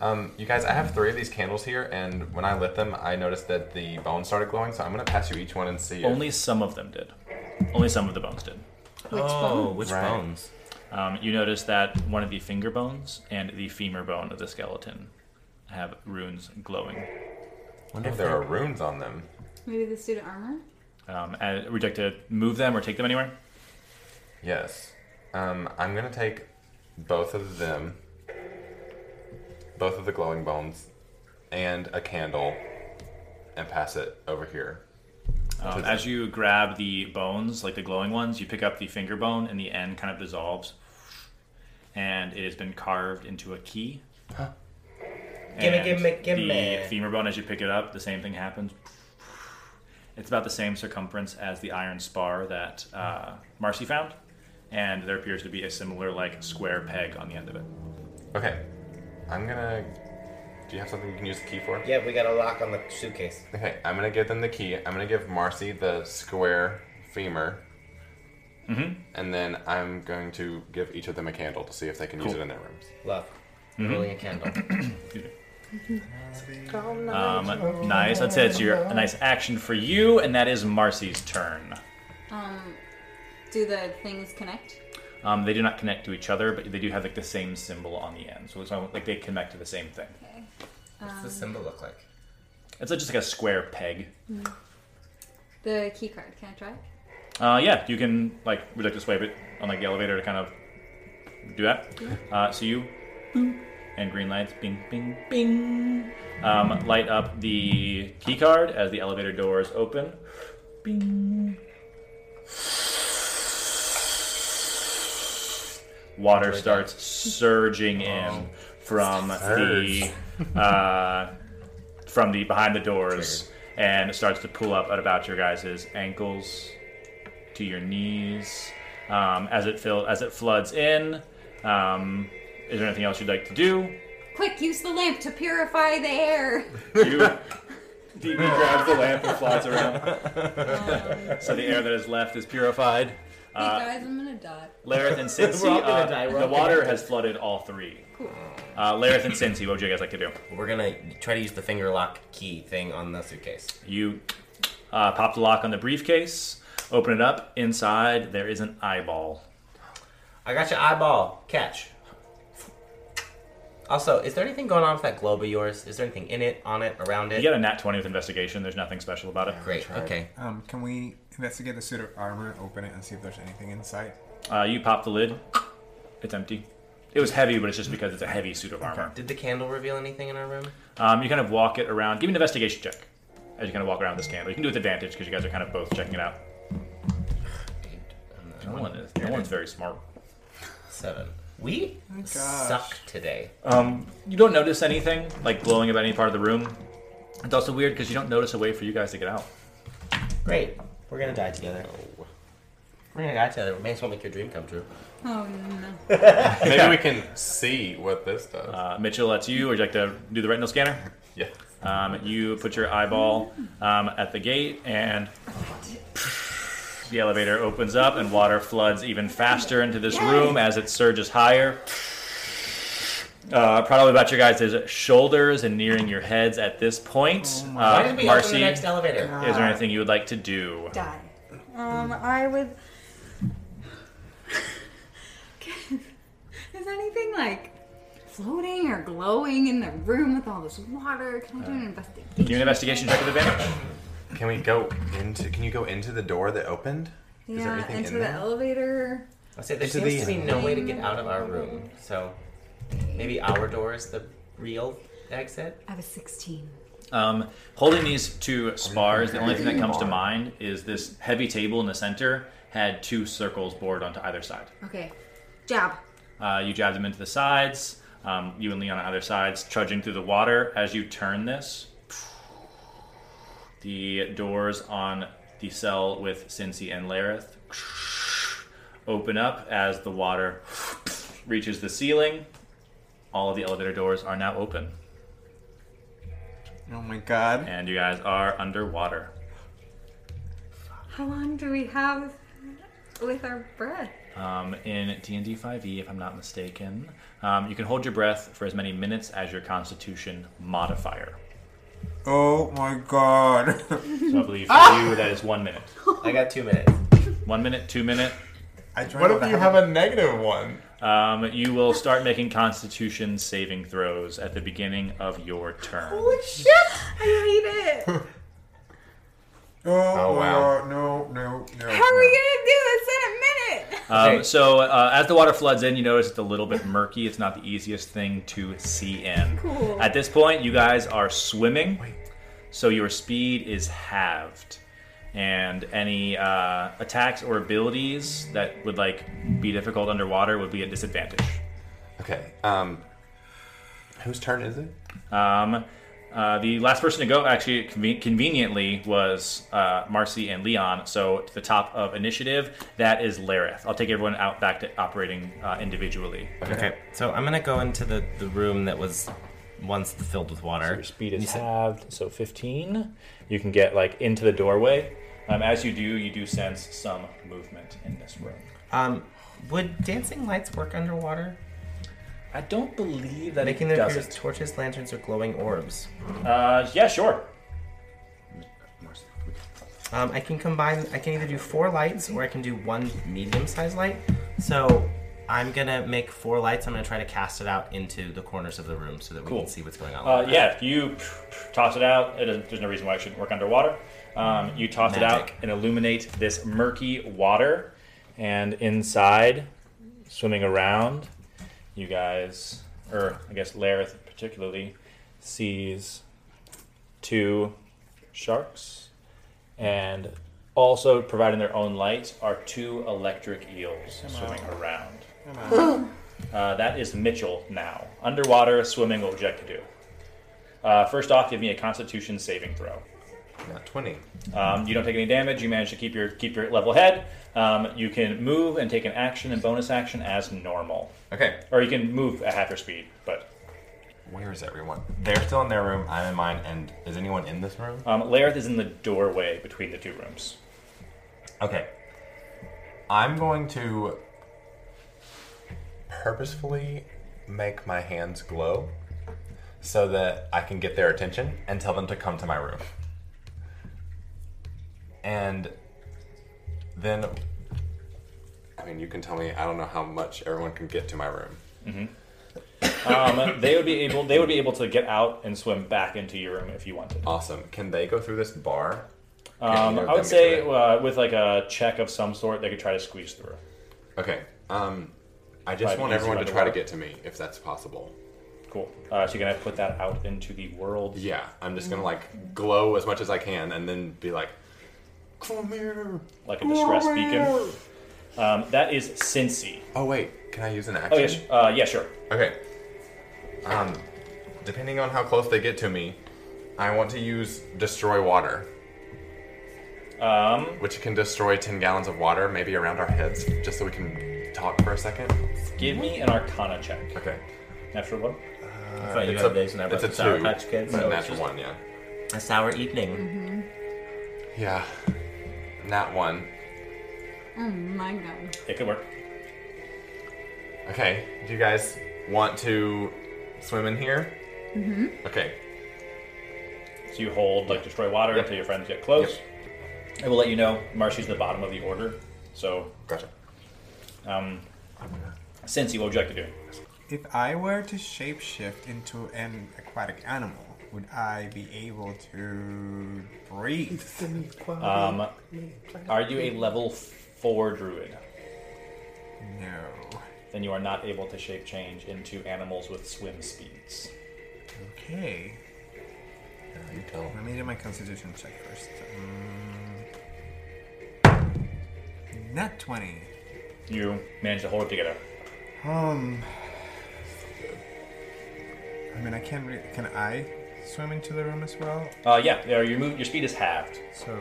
Speaker 5: Um, you guys, I have three of these candles here, and when I lit them, I noticed that the bones started glowing. So I'm gonna pass you each one and see. if-
Speaker 1: Only some of them did. Only some of the bones did.
Speaker 2: Which
Speaker 6: oh,
Speaker 2: bone?
Speaker 6: which
Speaker 5: Right.
Speaker 6: bones?
Speaker 1: Um, you notice that one of the finger bones and the femur bone of the skeleton have runes glowing.
Speaker 5: wonder if there are runes on them.
Speaker 2: Maybe the suit of armor?
Speaker 1: Um, and would you like to move them or take them anywhere?
Speaker 5: Yes. Um, I'm gonna take both of them, both of the glowing bones, and a candle, and pass it over here.
Speaker 1: Um, as you grab the bones, like the glowing ones, you pick up the finger bone, and the end kind of dissolves, and it has been carved into a key.
Speaker 6: Gimme,
Speaker 1: And
Speaker 6: gimme, gimme.
Speaker 1: The femur bone, as you pick it up, the same thing happens. It's about the same circumference as the iron spar that uh, Marcy found, and there appears to be a similar, like, square peg on the end of it.
Speaker 5: Okay. I'm gonna. Do you have something you can use the key for?
Speaker 6: Yeah, we got a lock on the suitcase.
Speaker 5: Okay, I'm gonna give them the key. I'm gonna give Marcy the square femur. Mm-hmm. And then I'm going to give each of them a candle to see if they can use it in their rooms.
Speaker 6: Love. Rolling a candle.
Speaker 1: Um, nice. That's it. It's your a nice action for you, and that is Marcy's turn.
Speaker 2: Um, do the things connect?
Speaker 1: Um, they do not connect to each other, but they do have like the same symbol on the end, so it's not like they connect to the same thing.
Speaker 6: What's the symbol look like?
Speaker 1: It's like, just like a square peg.
Speaker 2: The key card. Can I try? it?
Speaker 1: Uh, yeah, you can like would you like to swipe it on like the elevator to kind of do that. Uh, so you, boom, and green lights, bing, bing, bing, um, light up the key card as the elevator doors open, bing. Water starts surging in from the uh, [LAUGHS] from the behind the doors and it starts to pull up at about your guys' ankles to your knees um, as it fill as it floods in. Um, is there anything else you'd like to do?
Speaker 2: Quick, use the lamp to purify the air.
Speaker 1: You, DB
Speaker 6: [LAUGHS]
Speaker 1: grabs the lamp and flies around. so the air that is left is purified.
Speaker 2: [LAUGHS] Hey
Speaker 5: Uh,
Speaker 2: guys, I'm gonna die.
Speaker 1: Lareth and Cincy,
Speaker 6: [LAUGHS] We're all gonna
Speaker 1: uh,
Speaker 6: die, we're all
Speaker 1: the
Speaker 6: gonna
Speaker 1: water
Speaker 6: die.
Speaker 1: has flooded all three. Cool. Uh, Lareth and Cincy, what would you guys like to do?
Speaker 6: We're gonna try to use the finger lock key thing on the suitcase.
Speaker 1: You uh, pop the lock on the briefcase, open it up. Inside, there is an eyeball.
Speaker 6: I got your eyeball. Catch. Also, is there anything going on with that globe of yours? Is there anything in it, on it, around it?
Speaker 1: You got a nat 20 with investigation. There's nothing special about it.
Speaker 6: Great. Okay.
Speaker 7: Um, can we investigate the suit of armor, open it, and see if there's anything inside?
Speaker 1: Uh, you pop the lid. It's empty. It was heavy, but it's just because it's a heavy suit of armor.
Speaker 6: Did the candle reveal anything in our room?
Speaker 1: Um, you kind of walk it around. Give me an investigation check as you kind of walk around this candle. You can do it with advantage because you guys are kind of both checking it out.
Speaker 6: Dude, I'm not-
Speaker 1: No one is. No one's very smart.
Speaker 6: Seven. We
Speaker 7: gosh.
Speaker 6: suck today.
Speaker 1: Um, you don't notice anything like glowing about any part of the room. It's also weird because you don't notice a way for you guys to get out.
Speaker 6: Great. We're gonna die together. We're gonna die together. We may as well make your dream come true.
Speaker 2: Oh no.
Speaker 5: Maybe we can see what this does.
Speaker 1: Uh, Mitchell, that's you. Would you like to do the retinal scanner?
Speaker 5: yeah.
Speaker 1: Um, you put your eyeball um, at the gate, and the elevator opens up, and water floods even faster into this room as it surges higher. Uh, probably about your guys' shoulders and nearing your heads at this point.
Speaker 6: Oh Why
Speaker 1: Uh,
Speaker 6: did we open
Speaker 1: Marcy,
Speaker 6: the next
Speaker 1: is
Speaker 6: elevator?
Speaker 1: there anything you would like to do?
Speaker 2: Die.
Speaker 4: Uh,
Speaker 2: Um, I would. Is anything like floating or glowing in the room with all this water? Can I do an
Speaker 5: Uh,
Speaker 2: investigation?
Speaker 1: Do an investigation check with advantage.
Speaker 5: Can we go into? Can you go into the door that opened? Is there
Speaker 2: Yeah,
Speaker 5: anything
Speaker 2: enter
Speaker 5: in
Speaker 2: the
Speaker 5: there?
Speaker 2: elevator.
Speaker 6: I say there
Speaker 5: Into
Speaker 6: seems
Speaker 5: the-
Speaker 6: to be no way to get out of our room, so maybe our door is the real exit.
Speaker 2: I have a 16.
Speaker 1: Um, holding these two spars, the only thing that comes to mind is this heavy table in the center had two circles bored onto either side.
Speaker 2: Okay. Jab.
Speaker 1: Uh, you jab them into the sides. Um, you and Leon on either sides, trudging through the water. As you turn this, the doors on the cell with Cincy and Lareth open up as the water reaches the ceiling. All of the elevator doors are now open,
Speaker 7: Oh my god.
Speaker 1: and you guys are underwater.
Speaker 2: How long do we have with our breath?
Speaker 1: um, in D&D 5e, E, if I'm not mistaken. Um, you can hold your breath for as many minutes as your Constitution modifier.
Speaker 7: Oh my god. [LAUGHS]
Speaker 1: So I believe for you that is one minute.
Speaker 6: I got two minutes.
Speaker 1: One minute, two minute.
Speaker 7: I tried
Speaker 5: What
Speaker 7: not to
Speaker 5: if you have a negative one?
Speaker 1: Um, you will start making Constitution saving throws at the beginning of your turn.
Speaker 2: Holy shit! I hate it!
Speaker 7: Oh,
Speaker 5: Oh,
Speaker 7: my
Speaker 5: wow.
Speaker 7: god. No, no,
Speaker 2: How
Speaker 7: no.
Speaker 2: are
Speaker 7: no.
Speaker 2: we gonna do this in a minute?
Speaker 1: Um, so uh, as the water floods in, you notice it's a little bit murky. It's not the easiest thing to see in.
Speaker 2: Cool.
Speaker 1: At this point, you guys are swimming, so your speed is halved, and any uh, attacks or abilities that would like be difficult underwater would be a disadvantage.
Speaker 5: Okay. Um, whose turn is it?
Speaker 1: Um, uh, the last person to go, actually, conven- conveniently, was uh, Marcy and Leon. So to the top of initiative, that is Lareth. I'll take everyone out back to operating uh, individually.
Speaker 6: Okay, so I'm gonna go into the, the room that was once filled with water.
Speaker 1: Your speed is halved, so 15. You can get like into the doorway. Um, as you do, you do sense some movement in this room.
Speaker 6: Um, would dancing lights work underwater?
Speaker 1: I don't believe that
Speaker 6: Making
Speaker 1: it
Speaker 6: them appear as
Speaker 1: doesn't.
Speaker 6: torches, lanterns, or glowing orbs.
Speaker 1: Uh, yeah, sure.
Speaker 6: Um, I can combine. I can either do four lights or I can do one medium-sized light. So I'm gonna make four lights. I'm gonna try to cast it out into the corners of the room so that we
Speaker 1: Cool.
Speaker 6: can see what's going on.
Speaker 1: Uh, yeah, you toss it out. It doesn't, there's no reason why it shouldn't work underwater. Um, you toss it
Speaker 6: Magic.
Speaker 1: out and illuminate this murky water. And inside, swimming around, you guys, or I guess Lareth particularly, sees two sharks. And also providing their own light are two electric eels swimming around. [GASPS] Uh, that is Mitchell now. Underwater swimming, what would you like to do? Uh, first off, give me a Constitution saving throw.
Speaker 5: Not twenty.
Speaker 1: Um, you don't take any damage. You manage to keep your keep your level head. Um, you can move and take an action and bonus action as normal,
Speaker 5: Okay.
Speaker 1: or you can move at half your speed. But
Speaker 5: Where is everyone? They're still in their room. I'm in mine. And is anyone in this room?
Speaker 1: um, Lareth is in the doorway between the two rooms.
Speaker 5: Okay. I'm going to purposefully make my hands glow so that I can get their attention and tell them to come to my room. And then, I mean, you can tell me, I don't know how much everyone can get to my room.
Speaker 1: Um, they would be able. They would be able to get out and swim back into your room if you wanted.
Speaker 5: Awesome. Can they go through this bar? Can
Speaker 1: Um,
Speaker 5: either of
Speaker 1: I would
Speaker 5: them get
Speaker 1: say
Speaker 5: through it?
Speaker 1: uh, with like a check of some sort, they could try to squeeze through.
Speaker 5: Okay. Um, I just
Speaker 1: Five
Speaker 5: want
Speaker 1: easy
Speaker 5: everyone
Speaker 1: by
Speaker 5: to
Speaker 1: the
Speaker 5: try to
Speaker 1: bar.
Speaker 5: get to me if that's possible.
Speaker 1: Cool. Uh, so you're gonna put that out into the world.
Speaker 5: Yeah, I'm just gonna like glow as much as I can and then be like, come here.
Speaker 1: like a distress beacon. Um, that is Cincy.
Speaker 5: Oh, wait, can I use an action?
Speaker 1: Oh yeah, sh- uh, yeah, sure.
Speaker 5: Okay. Um, depending on how close they get to me, I want to use destroy water,
Speaker 1: Um,
Speaker 5: which can destroy 10 gallons of water, maybe around our heads, just so we can talk for a second.
Speaker 1: give me an Arcana check.
Speaker 5: Okay.
Speaker 1: Natural one.
Speaker 6: I thought you
Speaker 5: it's
Speaker 6: had
Speaker 5: a-
Speaker 6: days and I
Speaker 5: it's
Speaker 6: brought
Speaker 5: a
Speaker 6: the Sour
Speaker 5: two.
Speaker 6: Patch Kids,
Speaker 5: It's a
Speaker 6: so it's
Speaker 5: natural
Speaker 6: just-
Speaker 5: one, yeah.
Speaker 6: A sour evening.
Speaker 5: Yeah. Nat one.
Speaker 2: Oh my god.
Speaker 1: It could work.
Speaker 5: Okay. Do you guys want to swim in here? Mm-hmm. Okay.
Speaker 1: So you hold like destroy water
Speaker 5: Yep.
Speaker 1: until your friends get close. It will let you know Marcy's at the bottom of the order. So,
Speaker 5: Gotcha.
Speaker 1: um, Cincy, what would you like to do?
Speaker 7: If I were to shapeshift into an aquatic animal, would I be able to breathe?
Speaker 1: Um, are you a level four druid?
Speaker 7: No.
Speaker 1: Then you are not able to shape change into animals with swim speeds.
Speaker 7: Okay.
Speaker 5: You tell.
Speaker 7: Let me do my constitution check first. Um, not 20.
Speaker 1: You manage to hold it together.
Speaker 7: Um. I mean, I can't really. Can I swim into the room as well?
Speaker 1: Uh, yeah, there, your move, your speed is halved.
Speaker 7: So,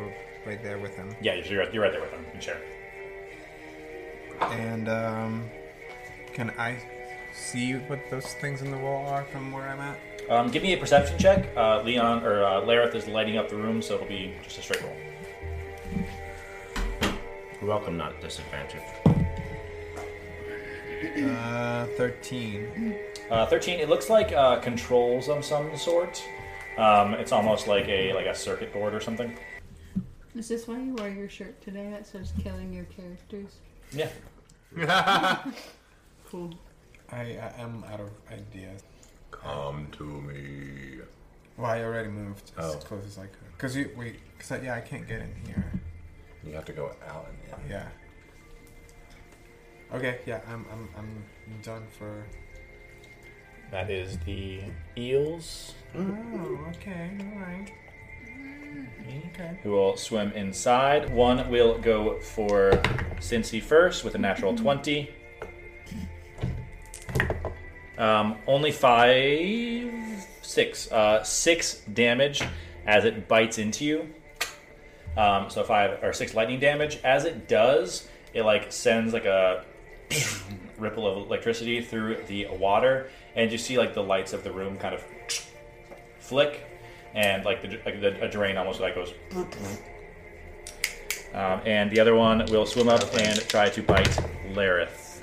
Speaker 7: right there with him.
Speaker 1: Yeah, you're, right- you're right there with them. You can share.
Speaker 7: And, um. Can I see what those things in the wall are from where I'm at?
Speaker 1: Um, give me a perception check. Uh, Leon or uh, Lareth is lighting up the room, so it'll be just a straight roll.
Speaker 6: You're welcome, not disadvantaged.
Speaker 7: Uh, 13.
Speaker 1: Uh, Thirteen. It looks like uh, controls of some sort. Um, it's almost like a like a circuit board or something.
Speaker 2: Is this why you wear your shirt today that says killing your characters?
Speaker 1: Yeah.
Speaker 2: Cool.
Speaker 7: I, I am out of ideas.
Speaker 5: Come to me.
Speaker 7: Well, I already moved as
Speaker 5: Oh.
Speaker 7: close as I could. Cause you wait, cause I, yeah, I can't get in here.
Speaker 5: You have to go out and in. [LAUGHS]
Speaker 7: Yeah. Okay, yeah, I'm I'm I'm done for.
Speaker 1: That is the eels
Speaker 7: Oh, okay, all right. Okay.
Speaker 1: who will swim inside. One will go for Cincy first with a natural twenty. Um, only five, six, uh, six damage as it bites into you. Um, so five or six lightning damage. As it does, it like sends like a [LAUGHS] ripple of electricity through the water, and you see like the lights of the room kind of flick, and like the like the a drain almost like goes. Um, and the other one will swim up and try to bite Lareth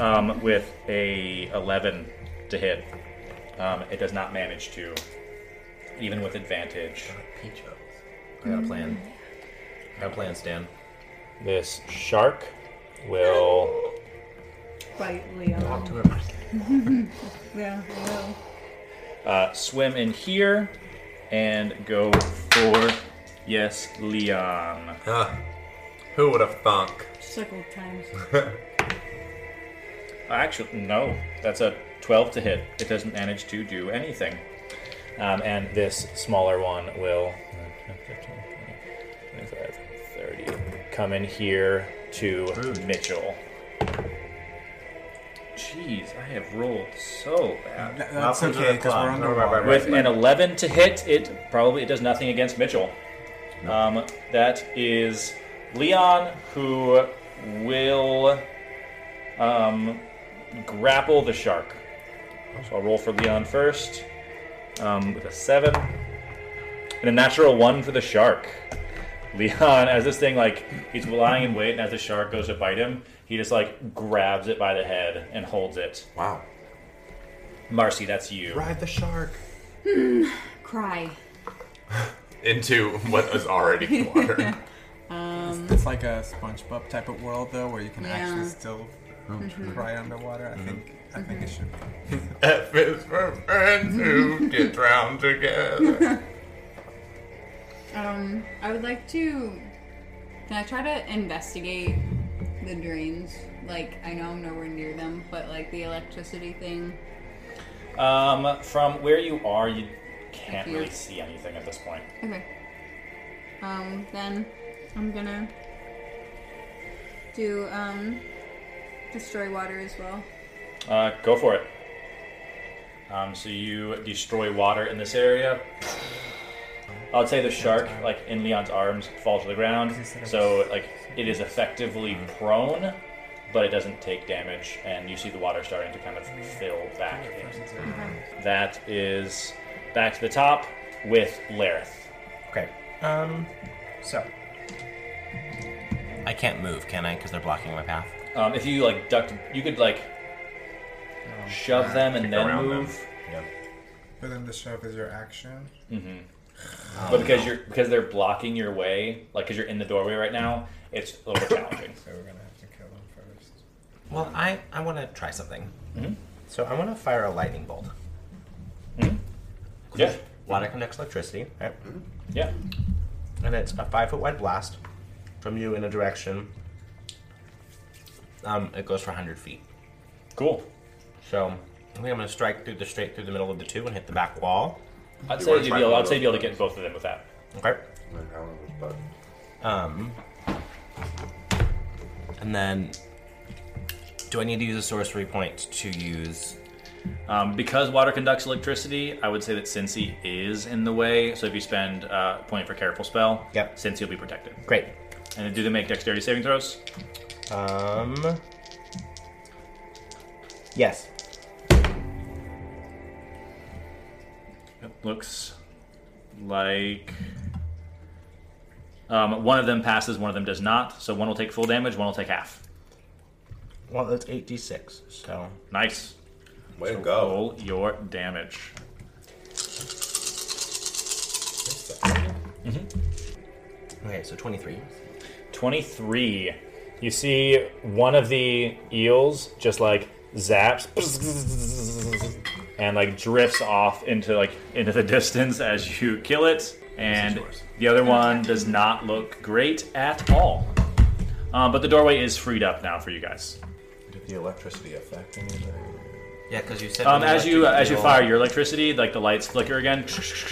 Speaker 1: um, with a 11 to hit. Um, it does not manage to, even with advantage.
Speaker 6: Peachos. I got a plan. I got a plan, Stan.
Speaker 1: This shark will.
Speaker 2: Bite Leo.
Speaker 6: to her.
Speaker 2: Yeah, I will.
Speaker 1: uh, swim in here and go for yes leon
Speaker 5: Who would have thunk?
Speaker 2: Several times.
Speaker 1: Uh, actually no that's a 12 to hit it doesn't manage to do anything um, and this smaller one will 25, 30 come in here to mitchell jeez i have rolled so bad
Speaker 7: that's
Speaker 6: Welcome to
Speaker 7: okay,
Speaker 6: the
Speaker 7: cause we're
Speaker 6: club.
Speaker 7: underwater.
Speaker 1: With an 11 to hit, it probably it does nothing against Mitchell. Um, that is Leon, who will um, grapple the shark. So I'll roll for Leon first um, with a 7. And a natural 1 for the shark. Leon, as this thing like he's lying in wait, and as the shark goes to bite him, he just like grabs it by the head and holds it.
Speaker 5: Wow.
Speaker 1: Marcy, that's you.
Speaker 10: Ride the shark.
Speaker 2: Cry.
Speaker 5: Into what is already water.
Speaker 7: It's, it's like a SpongeBob type of world though, where you can
Speaker 2: Yeah.
Speaker 7: actually still cry underwater. I think I think it should. be.
Speaker 5: F is for friends who get drowned together.
Speaker 2: Um, I would like to. Can I try to investigate the drains? Like, I know I'm nowhere near them, but like the electricity thing.
Speaker 1: Um, from where you are, you can't
Speaker 2: Thank you.
Speaker 1: really see anything at this point.
Speaker 2: Okay. Um, then I'm gonna do um destroy water as well.
Speaker 1: Uh, go for it. Um, so you destroy water in this area. I'd say the shark, like in Leon's arms, falls to the ground. So like it is effectively prone, but it doesn't take damage, and you see the water starting to kind of fill back in. That is back to the top with Lareth.
Speaker 6: Okay. Um. So. I can't move, can I? Because they're blocking my path.
Speaker 1: Um, if you like ducked, you could like shove them and
Speaker 10: Kick
Speaker 1: then
Speaker 10: around
Speaker 1: move.
Speaker 10: them.
Speaker 6: Yeah.
Speaker 7: But then the shove is your action.
Speaker 1: But because you're because they're blocking your way, like because you're in the doorway right now, it's a little bit challenging.
Speaker 7: So we're gonna have to kill them first.
Speaker 6: Well, I I want to try something.
Speaker 1: Mm-hmm.
Speaker 6: So I want to fire a lightning bolt.
Speaker 1: Yeah,
Speaker 6: Water conducts electricity, right?
Speaker 1: yeah.
Speaker 6: And it's a five foot wide blast from you in a direction. Um, it goes for 100 feet.
Speaker 1: Cool.
Speaker 6: So I think I'm going to strike through the straight through the middle of the two and hit the back wall.
Speaker 1: I'd
Speaker 5: You
Speaker 1: say
Speaker 5: wanna
Speaker 1: you'd be
Speaker 5: try
Speaker 1: able,
Speaker 5: one
Speaker 1: I'd
Speaker 5: of
Speaker 1: say you'd be
Speaker 5: those?
Speaker 1: able to get both of them with that.
Speaker 6: Okay.
Speaker 5: But
Speaker 6: Um, and then, do I need to use a sorcery point to use?
Speaker 1: Um, because water conducts electricity, I would say that Cincy is in the way. So if you spend uh, point for careful spell,
Speaker 6: Yep.
Speaker 1: Cincy will be protected.
Speaker 6: Great.
Speaker 1: And do they make dexterity saving throws?
Speaker 6: Um. Yes.
Speaker 1: It looks like um, one of them passes, one of them does not. So one will take full damage, one will take half.
Speaker 6: Well, that's eight d six. So
Speaker 1: Nice.
Speaker 5: way to go.
Speaker 1: Roll your damage.
Speaker 6: okay, so twenty three.
Speaker 1: 23. You see one of the eels just like zaps and like drifts off into like into the [LAUGHS] distance as you kill it. And
Speaker 10: yours.
Speaker 1: the other one does not look great at all. Um, but the doorway is freed up now for you guys.
Speaker 10: Did the electricity affect anything?
Speaker 6: Yeah, because you said
Speaker 1: Um,
Speaker 6: when
Speaker 1: as you
Speaker 6: electric
Speaker 1: as you
Speaker 6: eel-
Speaker 1: fire your electricity, like the lights flicker again,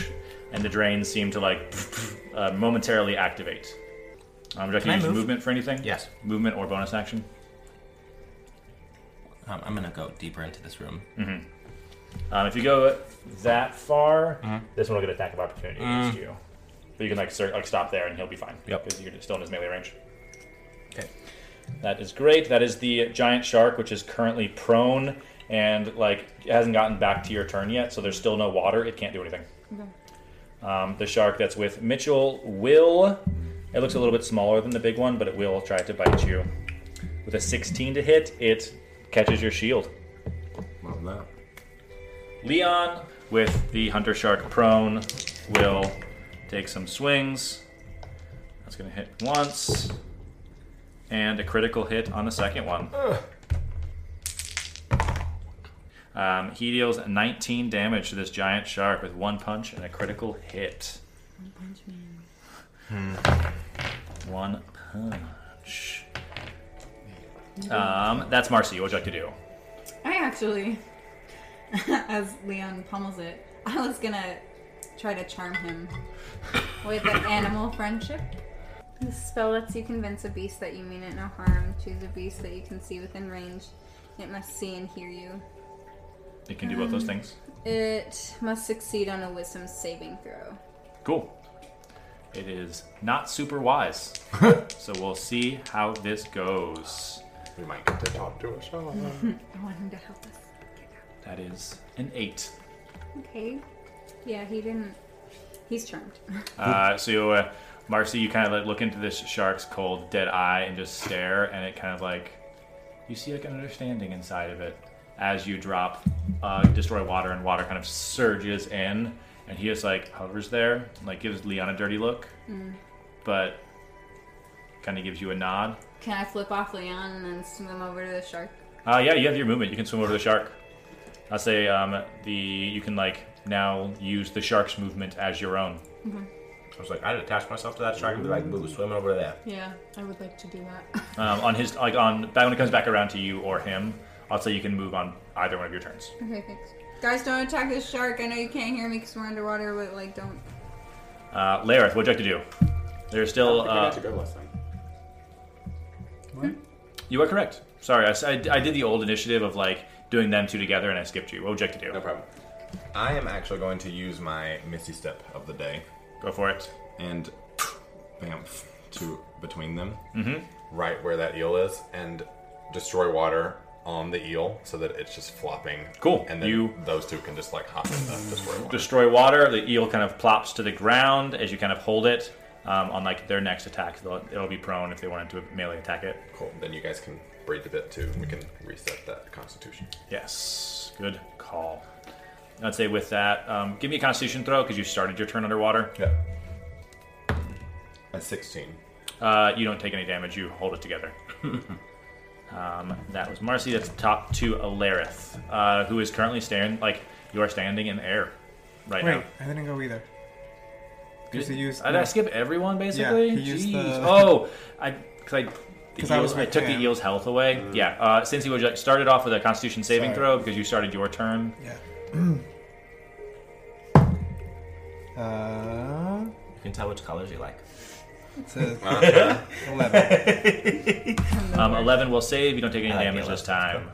Speaker 1: [SNIFFS] and the drains seem to like [SNIFFS] uh, momentarily activate. Um, do I
Speaker 6: Can I
Speaker 1: use
Speaker 6: move?
Speaker 1: movement for anything?
Speaker 6: Yes.
Speaker 1: movement or bonus action.
Speaker 6: Um, I'm gonna go deeper into this room.
Speaker 1: Um, if you go that far,
Speaker 6: Mm-hmm.
Speaker 1: this one will get attack of opportunity against you. But you can like cer- like stop there and he'll be fine.
Speaker 6: Mm. Yep.
Speaker 1: Because you're still in his melee range.
Speaker 6: Okay.
Speaker 1: That is great. That is the giant shark, which is currently prone and like hasn't gotten back to your turn yet. So there's still no water. It can't do anything. Um, the shark that's with Mitchell will. It looks a little bit smaller than the big one, but it will try to bite you. With a 16 to hit, it catches your shield.
Speaker 10: Well, no.
Speaker 1: Leon with the hunter shark prone will take some swings. That's going to hit once and a critical hit on the second one. Um, he deals 19 damage to this giant shark with one punch and a critical hit. One punch. Um, that's Marcy. What would you like to do?
Speaker 2: I actually, [LAUGHS] as Leon pummels it, I was gonna try to charm him with an animal friendship. The spell lets you convince a beast that you mean it no harm. Choose a beast that you can see within range. It must see and hear you.
Speaker 1: It can do both those things.
Speaker 2: It must succeed on a wisdom saving throw.
Speaker 1: Cool. It is not super wise. so we'll see how this goes.
Speaker 5: We might get to talk to a shark.
Speaker 2: I want him to help us.
Speaker 1: That is an eight.
Speaker 2: Okay. Yeah, he didn't. He's charmed.
Speaker 1: Uh, so uh, Marcy, you kind of like look into this shark's cold, dead eye and just stare, and it kind of like you see like an understanding inside of it as you drop uh, destroy water, and water kind of surges in, and he just like hovers there, like gives Leon a dirty look, but kind of gives you a nod.
Speaker 2: Can I flip off Leon and then swim over to the shark?
Speaker 1: Uh, yeah, you have your movement. You can swim over the shark. I'll say um, the you can like now use the shark's movement as your own.
Speaker 6: I was like, I'd attach myself to that shark and be like, boo, swim over there.
Speaker 2: Yeah, I would like to do that. [LAUGHS]
Speaker 1: Um, on his like on that when it comes back around to you or him, I'll say you can move on either one of your turns.
Speaker 2: okay, thanks. Guys, don't attack this shark. I know you can't hear me because we're underwater, but like, don't.
Speaker 1: Uh, Lareth, what'd you like to do? There's still
Speaker 10: I got
Speaker 1: uh,
Speaker 10: to go last time.
Speaker 1: you are correct. Sorry, I, s- I- I did the old initiative of like doing them two together and I skipped you. What would you like to do?
Speaker 5: No problem.
Speaker 10: I am actually going to use my Misty Step of the day
Speaker 1: Go for it.
Speaker 10: and bamf to between them, mm-hmm. right where that eel is, and destroy water on the eel so that it's just flopping.
Speaker 1: Cool.
Speaker 10: And then
Speaker 1: You-
Speaker 10: those two can just like hop in [CLEARS THROAT] the destroy water.
Speaker 1: Destroy water. The eel kind of plops to the ground as you kind of hold it um, on like their next attack. They'll, it'll be prone if they wanted to melee attack it.
Speaker 10: Cool. Then you guys can breathe a bit too. We can reset that Constitution.
Speaker 1: Yes, good call. I'd say with that, um, give me a Constitution throw because you started your turn underwater.
Speaker 10: Yeah. At 16.
Speaker 1: Uh, you don't take any damage. You hold it together. [LAUGHS] um, that was Marcy. That's top to Alarith, uh, who is currently staring like you are standing in air right
Speaker 7: Wait,
Speaker 1: now.
Speaker 7: I didn't go either. Because he used.
Speaker 1: Did I skip everyone basically?
Speaker 7: he used
Speaker 1: Jeez.
Speaker 7: [LAUGHS] the-
Speaker 1: Oh, I because I.
Speaker 7: 'Cause
Speaker 1: Because
Speaker 7: I was
Speaker 1: I
Speaker 7: with
Speaker 1: took the
Speaker 7: Pam.
Speaker 1: eel's health away. Yeah. Uh, since he was like, started off with a Constitution saving
Speaker 7: Sorry.
Speaker 1: throw because you started your turn.
Speaker 7: Yeah. [CLEARS THROAT] uh,
Speaker 6: You can tell which colors you like.
Speaker 7: it's a
Speaker 6: [LAUGHS]
Speaker 7: 11.
Speaker 1: Um, Eleven will save. You don't take any
Speaker 6: I like
Speaker 1: damage
Speaker 6: Eel's.
Speaker 1: this time.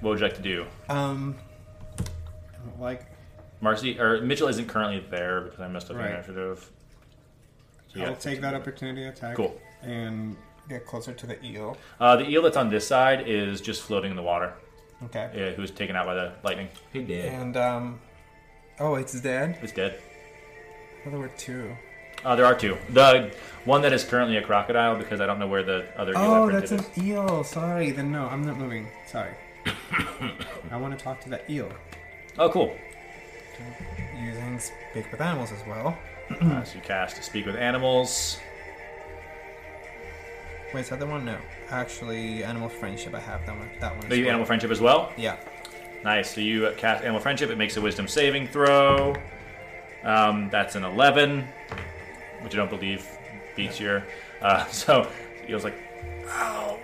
Speaker 1: What would you like to do?
Speaker 7: Um, like,
Speaker 1: Marcy or Mitchell isn't currently there because I messed up your
Speaker 7: Right.
Speaker 1: initiative. So
Speaker 7: I'll
Speaker 1: yeah.
Speaker 7: take that opportunity attack.
Speaker 1: Cool.
Speaker 7: And get closer to the eel.
Speaker 1: Uh, the eel that's on this side is just floating in the water.
Speaker 7: Okay.
Speaker 1: Yeah, who was taken out by the lightning?
Speaker 6: He did.
Speaker 7: And um, oh, it's dead.
Speaker 1: It's dead.
Speaker 7: Oh, there were two.
Speaker 1: Uh, there are two. The one that is currently a crocodile because I don't know where the other eel
Speaker 7: Oh,
Speaker 1: that
Speaker 7: that's
Speaker 1: printed is.
Speaker 7: an eel. Sorry. Then no, I'm not moving. Sorry. [COUGHS] I want to talk to that eel.
Speaker 1: Oh, cool. [CLEARS THROAT]
Speaker 7: Using speak with animals as well.
Speaker 1: Uh, so you cast speak with animals.
Speaker 7: Wait, is that the one? No, actually, animal friendship. I have that one. That one.
Speaker 1: Do
Speaker 7: as
Speaker 1: you
Speaker 7: well.
Speaker 1: animal friendship as well?
Speaker 7: Yeah.
Speaker 1: Nice. So you uh, cast animal friendship. It makes a wisdom saving throw. Um, that's an eleven, which I don't believe beats your. Uh, [LAUGHS] so he was like, "Oh,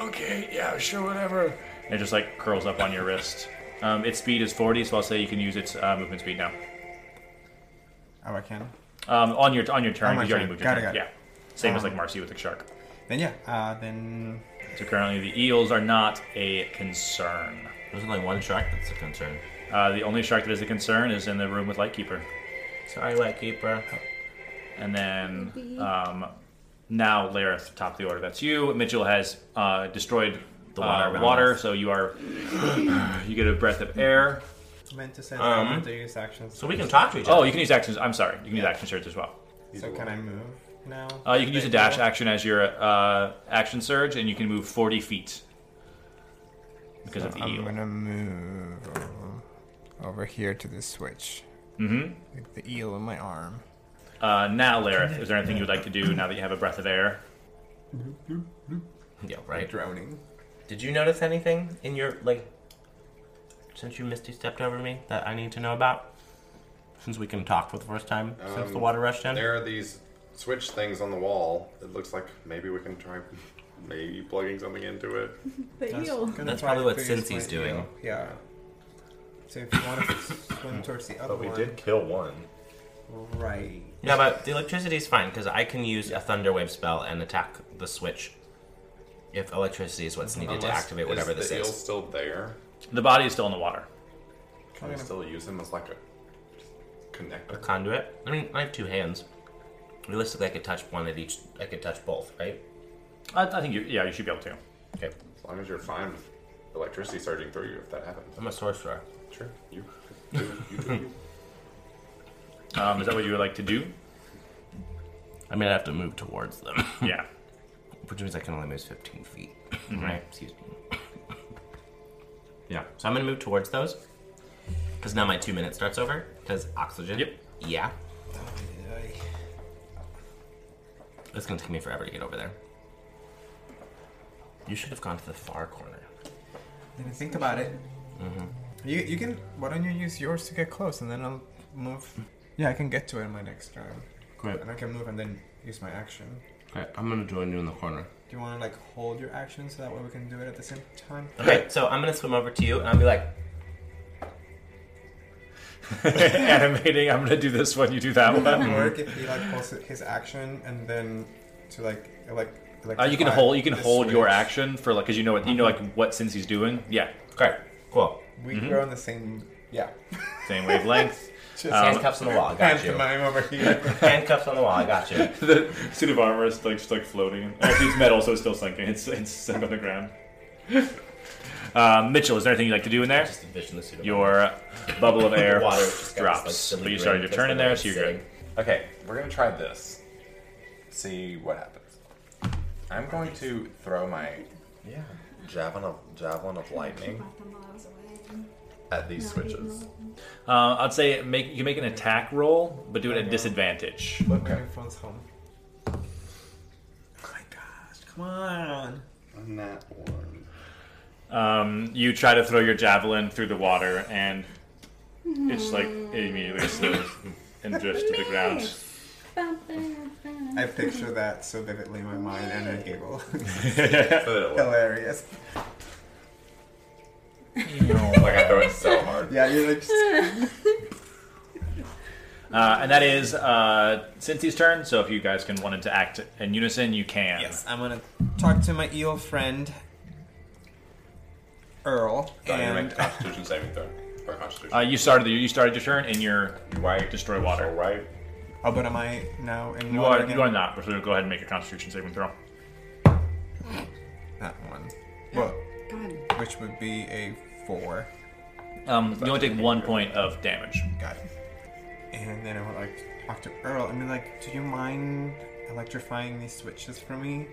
Speaker 1: okay, yeah, sure, whatever." And it just like curls up on your wrist. Um, its speed is forty, so I'll say you can use its uh, movement speed now.
Speaker 7: Oh, I can.
Speaker 1: Um, on your on your turn,
Speaker 7: On my
Speaker 1: because you already
Speaker 7: turn.
Speaker 1: moved your
Speaker 7: Got it,
Speaker 1: turn.
Speaker 7: got
Speaker 1: Yeah,
Speaker 7: it.
Speaker 1: same as like Marcy with the shark.
Speaker 7: Then yeah. Uh, then
Speaker 1: So currently, the eels are not a concern.
Speaker 6: There's only one shark that's a concern.
Speaker 1: Uh, the only shark that is a concern is in the room with Lightkeeper.
Speaker 6: Sorry, Lightkeeper.
Speaker 1: And then um, now Lareth, top of the order. That's you. Mitchell has uh, destroyed the
Speaker 6: water
Speaker 1: water,
Speaker 6: around
Speaker 1: water
Speaker 6: us.
Speaker 1: so you are [SIGHS] you get a breath of air.
Speaker 7: I meant to say
Speaker 6: Um,
Speaker 7: I meant to use actions.
Speaker 6: So we can talk to each other.
Speaker 1: Oh, you can use actions. I'm sorry, you can use action surge as well.
Speaker 7: So can I move now?
Speaker 1: Uh, you can use a dash action as your uh, action surge, and you can move 40 feet because of the
Speaker 7: I'm
Speaker 1: eel.
Speaker 7: gonna move over here to the switch. Mm-hmm. Like the eel in my arm.
Speaker 1: Uh, now, Lareth, is there anything you would like to do now that you have a breath of air? Oh.
Speaker 6: Yeah, right.
Speaker 7: Drowning.
Speaker 6: Did you notice anything in your like since you misty stepped over me that I need to know about? Since we can talk for the first time since the
Speaker 5: Um,
Speaker 6: water rushed in.
Speaker 10: There are these switch things on the wall. It looks like maybe we can try maybe plugging something into it.
Speaker 2: The eel.
Speaker 6: That's probably what Cincy's doing.
Speaker 7: Yeah. So if you want to swim towards the other
Speaker 10: But we
Speaker 7: one,
Speaker 10: did kill one.
Speaker 7: right?
Speaker 6: Yeah, but the electricity is fine because I can use a thunder wave spell and attack the switch if electricity is what's needed to
Speaker 10: Unless-
Speaker 6: activate whatever
Speaker 10: is
Speaker 6: this
Speaker 10: the eel
Speaker 6: is.
Speaker 10: still there?
Speaker 1: The body is still in the water.
Speaker 10: Can we still use him as like a
Speaker 6: A
Speaker 10: connector?
Speaker 6: conduit. I mean, I have two hands. Realistically, I could touch one at each. I could touch both, right?
Speaker 1: I, I think you, yeah, you should be able to.
Speaker 6: Okay.
Speaker 10: As long as you're fine with electricity surging through you if that happens.
Speaker 6: I'm a sorcerer.
Speaker 5: Oh,
Speaker 10: Sure. You
Speaker 5: [LAUGHS]
Speaker 10: do you do you.
Speaker 1: Um, is that what you would like to do?
Speaker 6: I'm gonna have to move towards them,
Speaker 1: Yeah. [LAUGHS]
Speaker 6: which means I can only move 15 [CLEARS THROAT] feet. Right? Excuse [COUGHS] me.
Speaker 10: Yeah.
Speaker 6: So I'm gonna move towards those because now my two minutes starts over because oxygen.
Speaker 1: Yep.
Speaker 6: Yeah. It's gonna take me forever to get over there. You should have gone to the far corner.
Speaker 7: Let me think about it.
Speaker 1: Mm-hmm.
Speaker 7: You you can. Why don't you use yours to get close, and then I'll move. Yeah, I can get to it in my next round,
Speaker 6: Great.
Speaker 7: and I can move and then use my action.
Speaker 6: Okay, I'm gonna join you in the corner.
Speaker 7: Do you want to like hold your action so that way we can do it at the same time?
Speaker 6: Okay, so I'm gonna swim over to you and I'll be like,
Speaker 1: Animating, I'm gonna do this one, you do that one.
Speaker 7: Work if he like holds his action and then to like like.
Speaker 1: Uh, you can
Speaker 7: electrify
Speaker 1: hold. You can
Speaker 7: the
Speaker 1: hold your
Speaker 7: switch.
Speaker 1: action for like because you know what you know like what Cincy's doing. Yeah,
Speaker 6: great, cool.
Speaker 7: We
Speaker 1: Mm-hmm.
Speaker 7: we're on the same. Yeah.
Speaker 1: same wavelength.
Speaker 6: Um,
Speaker 7: Just
Speaker 6: Handcuffs on the wall, I got you.
Speaker 7: pantomime over here.
Speaker 6: Handcuffs on the wall, I got you.
Speaker 1: the [LAUGHS] suit of armor is like just like floating. Actually, it's metal, so it's still sinking. It's it's sunk on the ground. [LAUGHS] Uh, Mitchell, is there anything you'd like to do in there?
Speaker 6: Just envision the suit of
Speaker 1: Your
Speaker 6: [LAUGHS]
Speaker 1: bubble of air
Speaker 6: water just got this,
Speaker 1: drops,
Speaker 6: like,
Speaker 1: but
Speaker 6: silly
Speaker 1: you started your
Speaker 6: ring
Speaker 1: turn in there,
Speaker 6: that's
Speaker 1: so you're good.
Speaker 5: Okay, we're gonna try this. See what happens. I'm going to throw my yeah javelin of javelin of lightning at these switches.
Speaker 1: Uh, I'd say make you make an attack roll, but do it at disadvantage.
Speaker 7: Look, my phone's home. Oh my gosh! Come on.
Speaker 5: On that one.
Speaker 1: Um, you try to throw your javelin through the water, and it's like it
Speaker 7: [LAUGHS]
Speaker 1: immediately slows and drifts to the ground.
Speaker 7: I picture that so vividly in my mind, and I giggle.
Speaker 5: So that
Speaker 7: [LAUGHS] Hilarious.
Speaker 5: it, like I throw it so hard. [LAUGHS]
Speaker 7: Yeah, you're like. Just,
Speaker 1: [LAUGHS] Uh, and that is uh, Cynthia's turn. So if you guys can wanted to act in unison, you can.
Speaker 7: yes, I'm gonna talk to my eel friend, Earl,
Speaker 5: Dynamic
Speaker 7: and
Speaker 5: Constitution saving throw. Or Constitution.
Speaker 1: Uh, you started the, you started your turn in your
Speaker 5: right.
Speaker 1: destroy water.
Speaker 5: All right.
Speaker 7: oh, but am I now in
Speaker 1: You
Speaker 7: water
Speaker 1: are
Speaker 7: again?
Speaker 1: you are not. So go ahead and make your Constitution saving throw.
Speaker 7: that one. Well,
Speaker 11: God.
Speaker 7: which would be a four.
Speaker 1: Um, you only take one point of damage.
Speaker 7: Got it. And then I would like to talk to Earl and be like, "Do you mind electrifying these switches for me?"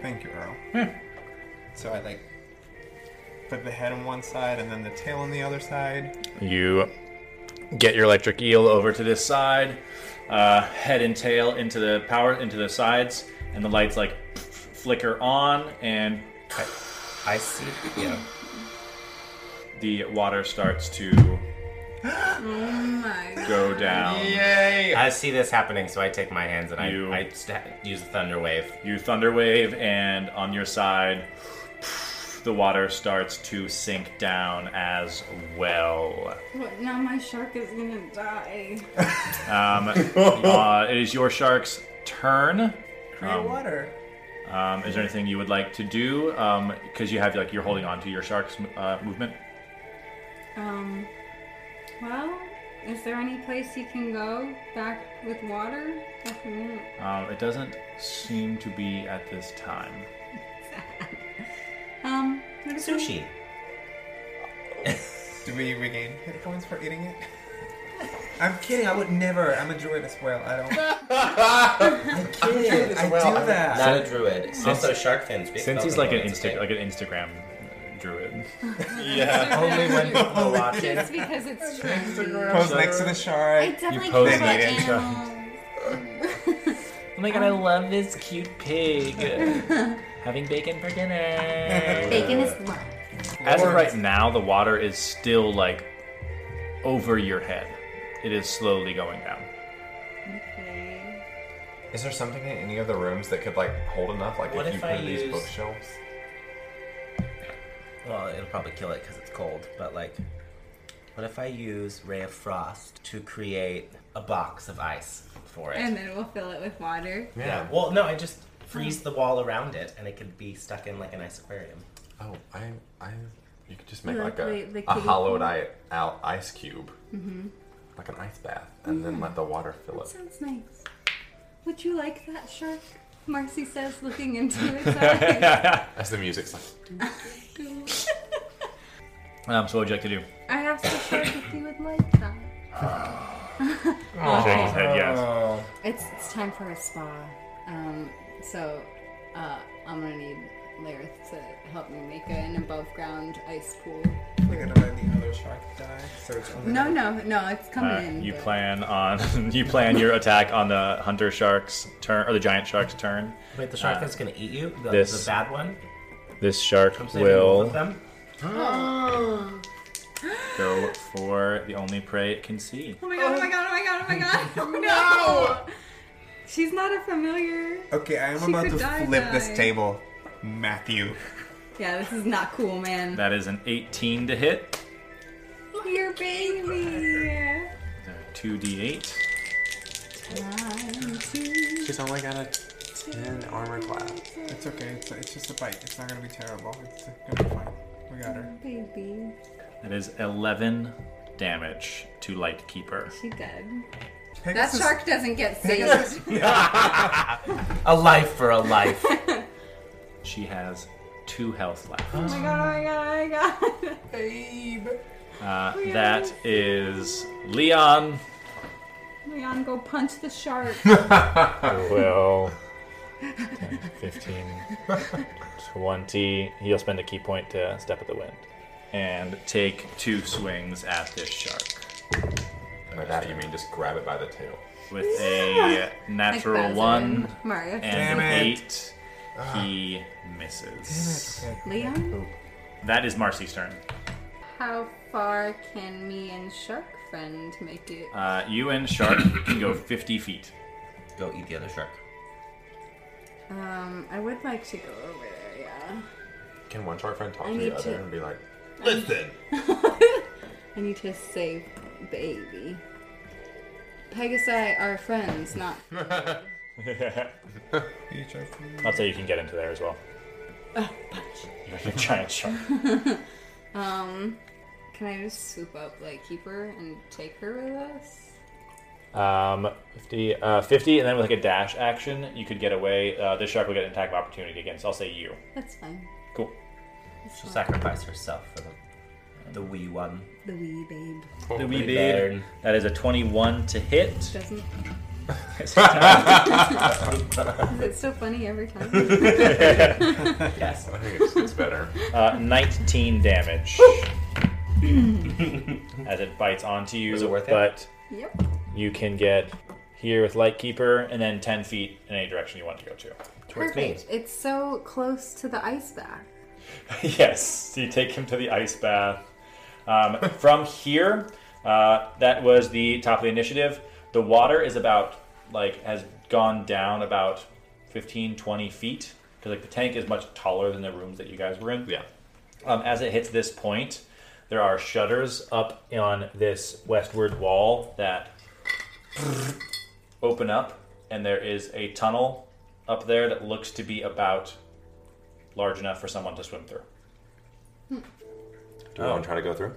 Speaker 7: Thank you, Earl.
Speaker 1: Hmm.
Speaker 7: So I like put the head on one side and then the tail on the other side.
Speaker 1: You get your electric eel over to this side, uh, head and tail into the power into the sides, and the lights like flicker on, and
Speaker 6: I see. Yeah.
Speaker 1: the water starts to
Speaker 2: My
Speaker 1: go down.
Speaker 5: Yay!
Speaker 6: I see this happening, so I take my hands and
Speaker 1: You-
Speaker 6: I, I st- use a thunder wave.
Speaker 1: You thunder wave, and on your side, the water starts to sink down as well.
Speaker 2: But now my shark is gonna die.
Speaker 7: [LAUGHS]
Speaker 1: Um, uh, it is your shark's turn.
Speaker 7: Create water.
Speaker 1: Um, is there anything you would like to do? Because you have like you're holding on to your shark's uh, movement.
Speaker 2: Um, well, is there any place you can go back with water? If you-
Speaker 1: Um, it doesn't seem to be at this time.
Speaker 2: Um, what is it?
Speaker 6: Sushi.
Speaker 7: Do we regain hit points for eating it? I'm kidding. I would never. I'm a druid as well. I don't. [LAUGHS] I'm kidding. I do that.
Speaker 6: Not a druid. also, shark fins. Big
Speaker 1: Since he's
Speaker 6: dolphin
Speaker 1: like an
Speaker 6: fins,
Speaker 1: Insta-
Speaker 6: okay?
Speaker 1: like Oh an Instagram druid.
Speaker 6: Only when [LAUGHS] people watch it.
Speaker 1: Oh
Speaker 2: It's because it's trendy.
Speaker 7: Pose next [LAUGHS] to the shark.
Speaker 2: It's definitely cool
Speaker 1: posed
Speaker 2: about
Speaker 1: it in
Speaker 2: animals.
Speaker 6: [LAUGHS]
Speaker 1: Oh my god, I love this cute pig. Having bacon for dinner.
Speaker 2: Bacon
Speaker 6: Uh,
Speaker 2: is love.
Speaker 1: As of
Speaker 7: Lord.
Speaker 1: right now, the water is still like over your head. It is slowly going down.
Speaker 2: Okay.
Speaker 5: Is there something in any of the rooms that could like hold enough? Like
Speaker 6: What if
Speaker 5: if, you put
Speaker 6: I
Speaker 5: these
Speaker 6: use-
Speaker 5: bookshelves?
Speaker 6: [LAUGHS] Well, it'll probably kill it because it's cold, but like, what if I use Ray of Frost to create a box of ice for it?
Speaker 2: And then we'll fill it with water.
Speaker 6: yeah. Well, no, I just freeze the wall around it and it could be stuck in like an ice aquarium.
Speaker 5: Oh, I, I, you could just make
Speaker 2: Like
Speaker 5: like,
Speaker 2: the-
Speaker 5: a,
Speaker 2: the
Speaker 5: a
Speaker 2: kiddie
Speaker 5: hollowed
Speaker 2: pool.
Speaker 5: eye, out ice cube,
Speaker 10: Mm-hmm.
Speaker 5: like an ice bath, and then let the water fill it.
Speaker 2: Sounds nice. Would you like that shark? Marcy says,
Speaker 1: [LAUGHS]
Speaker 2: looking into its eyes.
Speaker 5: As the music's like,
Speaker 1: Um, so what would you like to do?
Speaker 2: I asked the shark if he would like that.
Speaker 1: Shaking his head, yes.
Speaker 7: Oh,
Speaker 10: It's it's time for a spa. Um, so uh, I'm gonna need Lareth to help me make an above ground ice pool.
Speaker 7: we're gonna let the other shark die. So it's only
Speaker 10: No, no, no, it's coming
Speaker 1: Uh,
Speaker 10: in.
Speaker 1: you
Speaker 10: but-
Speaker 1: plan on [LAUGHS] you plan your attack on the hunter shark's turn or the giant shark's turn.
Speaker 6: Wait, the shark that's gonna eat you, the,
Speaker 1: Uh, this-
Speaker 6: the bad one.
Speaker 1: This shark
Speaker 6: I'm saving
Speaker 1: will
Speaker 6: both of them.
Speaker 1: go for the only prey it can see.
Speaker 10: Oh my god! Oh my god! Oh my god! Oh my god!
Speaker 1: [LAUGHS]
Speaker 10: Oh no! She's not a familiar.
Speaker 7: Okay, I am
Speaker 10: She
Speaker 7: about
Speaker 10: could
Speaker 7: to
Speaker 10: die,
Speaker 7: flip
Speaker 10: die.
Speaker 7: this table, Matthew.
Speaker 10: Yeah, this is not cool, man.
Speaker 1: That is an 18 to hit.
Speaker 10: Your baby.
Speaker 1: Two d8.
Speaker 10: Time to-
Speaker 12: She's only got a 10 armor class.
Speaker 7: It's okay. It's, it's just a bite. It's not gonna be terrible. It's gonna be fine. We got her.
Speaker 10: Baby,
Speaker 1: That is 11 damage to Lightkeeper.
Speaker 10: she dead. That
Speaker 7: Pegasus-
Speaker 10: shark doesn't get saved.
Speaker 6: A life for a life.
Speaker 1: She has two health left.
Speaker 10: Oh my god! Oh my god! Oh my god!
Speaker 7: Babe.
Speaker 1: Uh, that is Leon.
Speaker 10: Leon, go punch the shark.
Speaker 1: Well, 15, 20. He'll spend a key point to step at the wind. And take two swings at this shark
Speaker 5: And by that you mean just grab it by the tail.
Speaker 1: with a
Speaker 10: Like
Speaker 1: natural
Speaker 10: Bowser
Speaker 1: one
Speaker 10: and Mario.
Speaker 1: and
Speaker 7: Damn
Speaker 1: an
Speaker 7: it. Ah.
Speaker 1: eight. He misses.
Speaker 10: Leon,
Speaker 1: That is Marcy's turn.
Speaker 10: how far can me and shark friend make it?
Speaker 1: Uh, you and Shark can go 50 feet.
Speaker 6: Go eat the other shark.
Speaker 10: Um, I would like to go over there. Yeah,
Speaker 5: Can one shark friend talk
Speaker 10: I
Speaker 5: to
Speaker 10: need
Speaker 5: the other
Speaker 10: to-
Speaker 5: and be like, listen?
Speaker 10: I need to save baby. Pegasi are friends, not.
Speaker 7: You just-
Speaker 1: I'll say you can get into there as well. You're a giant shark.
Speaker 10: Um, can I just swoop up Lightkeeper and take her with us?
Speaker 1: Um, 50, uh, 50, and then with like a dash action, you could get away. Uh, this shark will get an attack of opportunity against. I'll say you.
Speaker 10: That's fine.
Speaker 1: Cool.
Speaker 6: She'll sacrifice herself for the, the wee one.
Speaker 10: The wee babe
Speaker 1: The
Speaker 6: wee
Speaker 1: wee
Speaker 6: bird.
Speaker 1: bird. That is a 21 to hit.
Speaker 10: doesn't.
Speaker 1: [LAUGHS] That's
Speaker 10: [LAUGHS] Is it so funny every time?
Speaker 6: Yes.
Speaker 5: I think it's, it's [LAUGHS] better.
Speaker 1: [LAUGHS] uh, 19 damage. As it bites onto you.
Speaker 6: Was it worth it?
Speaker 1: But
Speaker 10: yep.
Speaker 1: you can get here with Lightkeeper and then 10 feet in any direction you want to go to.
Speaker 6: Towards me.
Speaker 10: Perfect. It's so close to the ice bath.
Speaker 1: [LAUGHS] yes, so you take him to the ice bath. Um, [LAUGHS] from here, uh, that was the top of the initiative. The water is about, like, has gone down about 15, 20 feet. Because, like, the tank is much taller than the rooms that you guys were in.
Speaker 5: Yeah.
Speaker 1: Um, as it hits this point, there are shutters up on this westward wall that [SNIFFS] open up, and there is a tunnel up there that looks to be about large enough for someone to swim through.
Speaker 5: Do we want to try to go through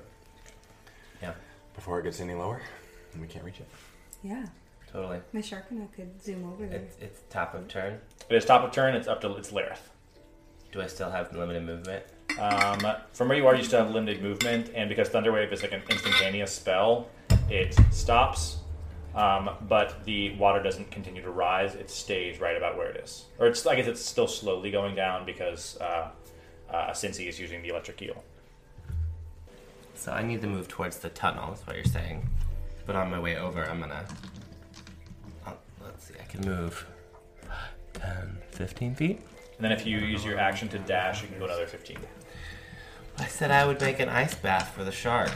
Speaker 6: Yeah,
Speaker 5: before it gets any lower? And we can't reach it.
Speaker 10: Yeah.
Speaker 6: totally.
Speaker 10: My shark and I could zoom over there.
Speaker 6: It's, it's top of turn.
Speaker 1: It is top of turn. It's up to it's Lareth.
Speaker 6: Do I still have limited movement?
Speaker 1: Um, from where you are, you still have limited movement, and because Thunderwave is like an instantaneous spell, it stops. Um, but the water doesn't continue to rise; it stays right about where it is. Or it's I guess it's still slowly going down because uh, uh, Cincy is using the electric eel.
Speaker 6: So I need to move towards the tunnel, is what you're saying. But on my way over, I'm gonna. Oh, let's see, I can move 10, 15 feet.
Speaker 1: And then if you use your action to dash, you can go another fifteen.
Speaker 6: I said I would make an ice bath for the shark.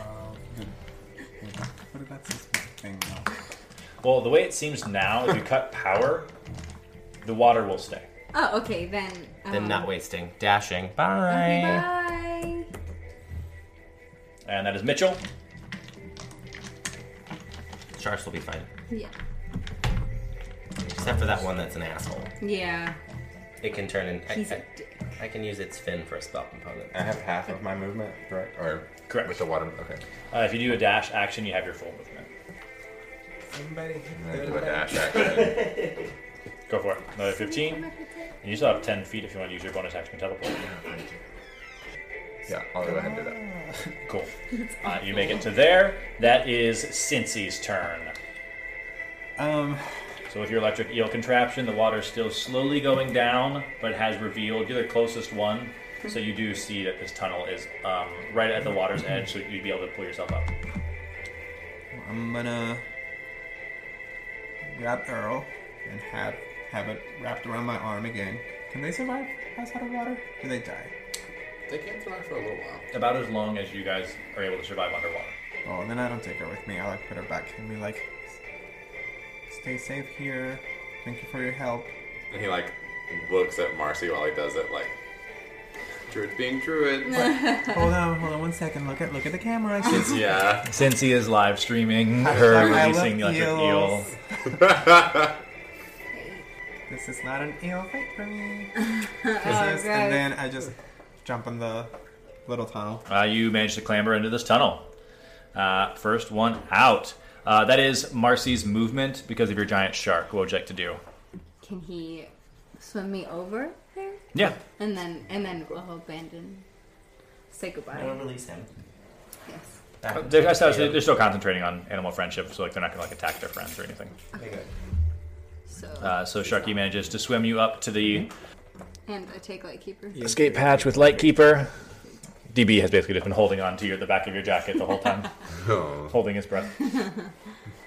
Speaker 7: What if that's this thing? though?
Speaker 1: Well, the way it seems now, if you cut power, the water will stay.
Speaker 10: Oh, okay then. Um,
Speaker 6: Then not wasting, dashing.
Speaker 10: okay,
Speaker 6: Bye.
Speaker 10: Bye.
Speaker 1: And that is Mitchell.
Speaker 6: Sharks will be fine,
Speaker 10: Yeah.
Speaker 6: except for that one that's an asshole.
Speaker 10: Yeah.
Speaker 6: It can turn in. I,
Speaker 10: He's a
Speaker 6: I,
Speaker 10: dick.
Speaker 6: I can use its fin for a spell component.
Speaker 5: I have half of my movement, right? Or
Speaker 1: Correct.
Speaker 5: with the water. Okay.
Speaker 1: Uh, if you do a dash action, you have your full movement.
Speaker 7: Somebody.
Speaker 5: And then do a dash [LAUGHS] action.
Speaker 1: Go for it. Another 15. And you still have 10 feet if you want to use your bonus action to teleport.
Speaker 10: Yeah, I'll go ahead and do that.
Speaker 1: Cool. Uh, you make it to there. That is Cincy's turn.
Speaker 7: Um,
Speaker 1: So with your electric eel contraption, the water is still slowly going down, but has revealed you're the closest one. So you do see that this tunnel is um, right at the water's edge, so you'd be able to pull yourself up.
Speaker 7: I'm gonna grab Earl and have have it wrapped around my arm again. Can they survive outside of water? Do they die?
Speaker 10: They can survive for a little while.
Speaker 1: About as long as you guys are able to survive underwater.
Speaker 7: Oh, then I don't take her with me. I like put her back and be like, "Stay safe here. Thank you for your help."
Speaker 10: And he like looks at Marcy while he does it, like druid being druid.
Speaker 7: hold on, hold on one second. Look at look at the camera. She's
Speaker 10: yeah.
Speaker 1: Since he is live streaming her
Speaker 7: I love
Speaker 1: releasing the electric eel.
Speaker 7: eels. This is not an eel fight for me. Kisses,
Speaker 2: guys.
Speaker 7: and then I just jump in the little tunnel.
Speaker 1: Uh, you manage to clamber into this tunnel. Uh, first one out. Uh, that is Marcy's movement because of your giant shark. What would you like to do?
Speaker 2: Can he swim me over there?
Speaker 1: Yeah.
Speaker 2: And then and then we'll abandon. Say goodbye.
Speaker 6: I don't release him.
Speaker 2: Yes.
Speaker 6: Back
Speaker 1: They're, that's- that's- they're still concentrating on animal friendship, so like they're not gonna like attack their friends or anything.
Speaker 2: So
Speaker 1: Uh, so Sharky manages to swim you up to the
Speaker 2: and I take lightkeeper.
Speaker 1: escape hatch with Lightkeeper. DB has basically just been holding on to your, the back of your jacket the whole time, holding his breath.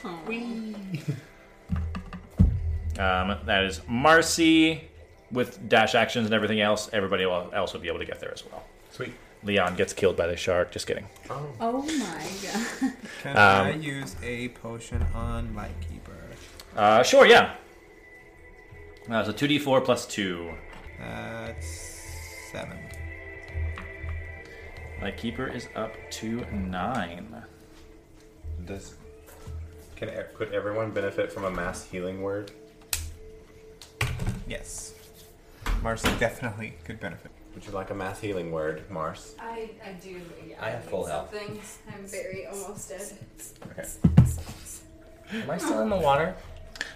Speaker 1: um, that is Marcy with dash actions and everything else. Everybody el- else would be able to get there as well.
Speaker 10: Sweet.
Speaker 1: Leon gets killed by the shark. Just kidding.
Speaker 2: Oh my god.
Speaker 7: Can I use a potion on Lightkeeper?
Speaker 1: Uh, sure, yeah. Uh, so 2d4 plus 2.
Speaker 7: That's seven.
Speaker 1: Lightkeeper is up to 9.
Speaker 10: [LAUGHS] Does can e- could everyone benefit from a mass healing word?
Speaker 7: Yes. Marcy definitely could benefit.
Speaker 10: Would you like a mass healing word, Mars?
Speaker 2: I, I do. Yeah,
Speaker 6: I have full health.
Speaker 2: Something. I'm very almost dead.
Speaker 6: Am I still in the water?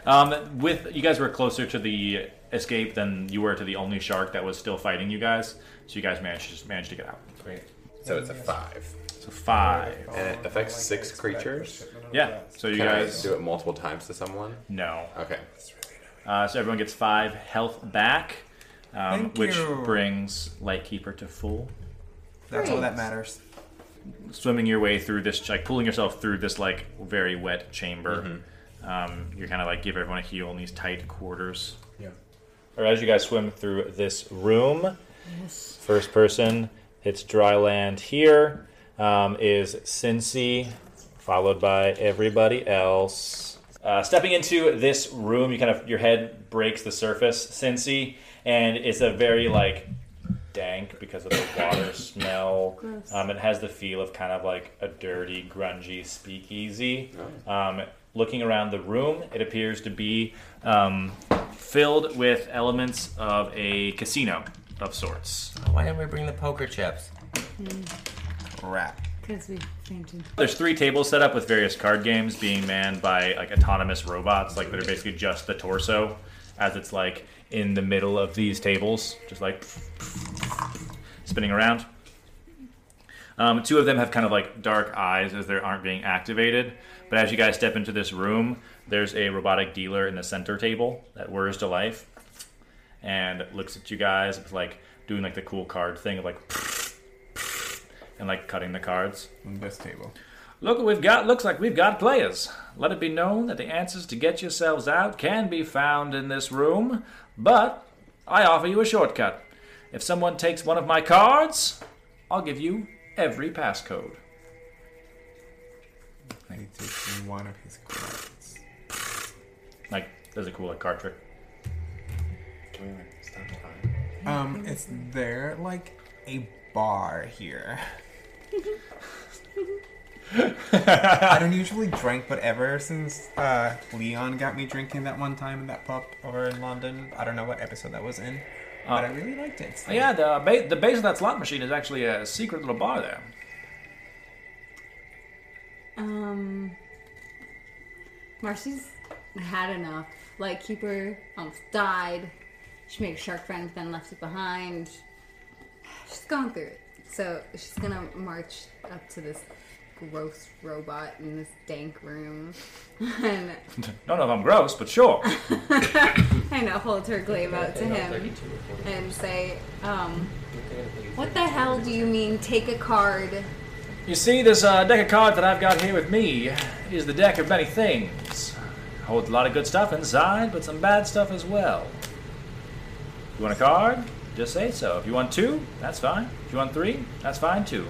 Speaker 1: Um, with you guys were closer to the escape than you were to the only shark that was still fighting you guys, so you guys managed managed to get out.
Speaker 6: Great.
Speaker 10: So it's a five.
Speaker 1: So five,
Speaker 10: And it affects six creatures.
Speaker 1: yeah. So you
Speaker 10: Can I
Speaker 1: guys
Speaker 10: do it multiple times to someone?
Speaker 1: no.
Speaker 10: Okay.
Speaker 1: Uh, so everyone gets five health back, um,
Speaker 7: Thank
Speaker 1: which
Speaker 7: you.
Speaker 1: brings Lightkeeper to full.
Speaker 7: That's all that matters.
Speaker 1: Swimming your way through this, like pulling yourself through this like very wet chamber.
Speaker 10: Mm-hmm.
Speaker 1: Um, you're kind of like give everyone a heal in these tight quarters.
Speaker 10: Yeah.
Speaker 1: Or as you guys swim through this room, first person hits dry land here, um, is Cincy, followed by everybody else. Uh, stepping into this room, you kind of your head breaks the surface, Cincy, and it's a very like dank because of the water smell. Um, it has the feel of kind of like a dirty, grungy speakeasy. Um, looking around the room, it appears to be um, filled with elements of a casino of sorts.
Speaker 6: Why didn't we bring the poker chips?
Speaker 7: Crap.
Speaker 2: Because we fainted.
Speaker 1: There's three tables set up with various card games being manned by like autonomous robots, like that are basically just the torso, as it's like in the middle of these tables, just like spinning around. Um, two of them have kind of like dark eyes as they aren't being activated. But as you guys step into this room, there's a robotic dealer in the center table that whirs to life and looks at you guys. It's like doing like the cool card thing of like and like cutting the cards.
Speaker 7: On this table.
Speaker 1: Look what we've got. Looks like we've got players. Let it be known that the answers to get yourselves out can be found in this room, but I offer you a shortcut. If someone takes one of my cards, I'll give you every passcode.
Speaker 7: He takes one of his cards.
Speaker 1: Like, there's a cool like, card trick.
Speaker 10: Can we like stop time?
Speaker 7: Um, is there like a bar
Speaker 1: [LAUGHS]
Speaker 7: here? I don't usually drink, but ever since uh, Leon got me drinking that one time in that pub over in London, I don't know what episode that was in, but I really liked it. so-
Speaker 1: Uh, Yeah, the ba- the base of that slot machine is actually a secret little bar there. [LAUGHS]
Speaker 2: Um. Marcy's had enough. Lightkeeper almost died. She made a shark friend, but then left it behind. She's gone through it. So she's gonna march up to this gross robot in this dank room [LAUGHS] and,
Speaker 1: Don't know if I'm gross, but sure.
Speaker 2: kind of hold her glaive out to him and say, um, What the hell do you mean take a card?
Speaker 1: You see, this uh, deck of cards that I've got here with me is the deck of many things. Holds a lot of good stuff inside, but some bad stuff as well. You want a card? Just say so. If you want two, that's fine. If you want three, that's fine too.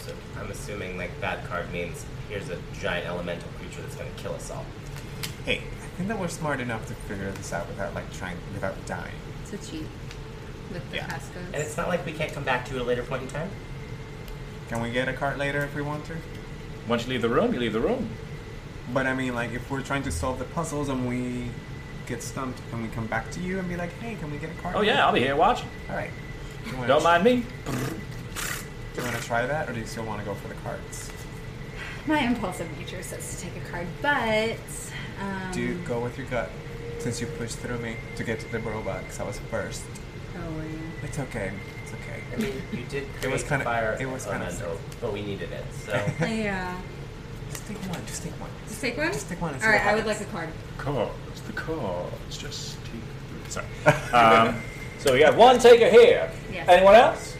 Speaker 6: So I'm assuming like that card means here's a giant elemental creature that's gonna kill us all.
Speaker 7: Hey, I think that we're smart enough to figure this out without like trying without dying.
Speaker 2: So cheat with the
Speaker 7: Yeah.
Speaker 2: passcodes.
Speaker 6: And it's not like we can't come back to it at a later point in time.
Speaker 7: Can we get a cart later if we want to?
Speaker 1: Once you leave the room, you leave the room.
Speaker 7: But I mean, like, if we're trying to solve the puzzles and we get stumped, can we come back to you and be like, hey, can we get a cart?
Speaker 1: Oh yeah, I'll be here watching.
Speaker 7: All right. Do you wanna-
Speaker 1: Don't mind me.
Speaker 7: Do you want to try that, or do you still want to go for the carts?
Speaker 2: My impulsive nature says to take a card, but um,
Speaker 7: Do you go with your gut, since you pushed through me to get to the robot, because I was first.
Speaker 2: Oh, yeah.
Speaker 7: It's okay. It's okay.
Speaker 6: I mean, you did.
Speaker 7: It was
Speaker 6: create
Speaker 7: kinda-
Speaker 6: fire.
Speaker 7: it was kinda
Speaker 6: elemental, but we needed it.
Speaker 7: [LAUGHS]
Speaker 6: So
Speaker 2: yeah.
Speaker 7: Just take one. Just take one.
Speaker 2: Just take one?
Speaker 7: Just take one and see
Speaker 2: All right,
Speaker 7: what
Speaker 2: I would like a
Speaker 7: happens.
Speaker 2: card.
Speaker 1: Cards, the cards, just take. Sorry. [LAUGHS] um, so we got one taker here.
Speaker 2: Yes.
Speaker 1: Anyone else?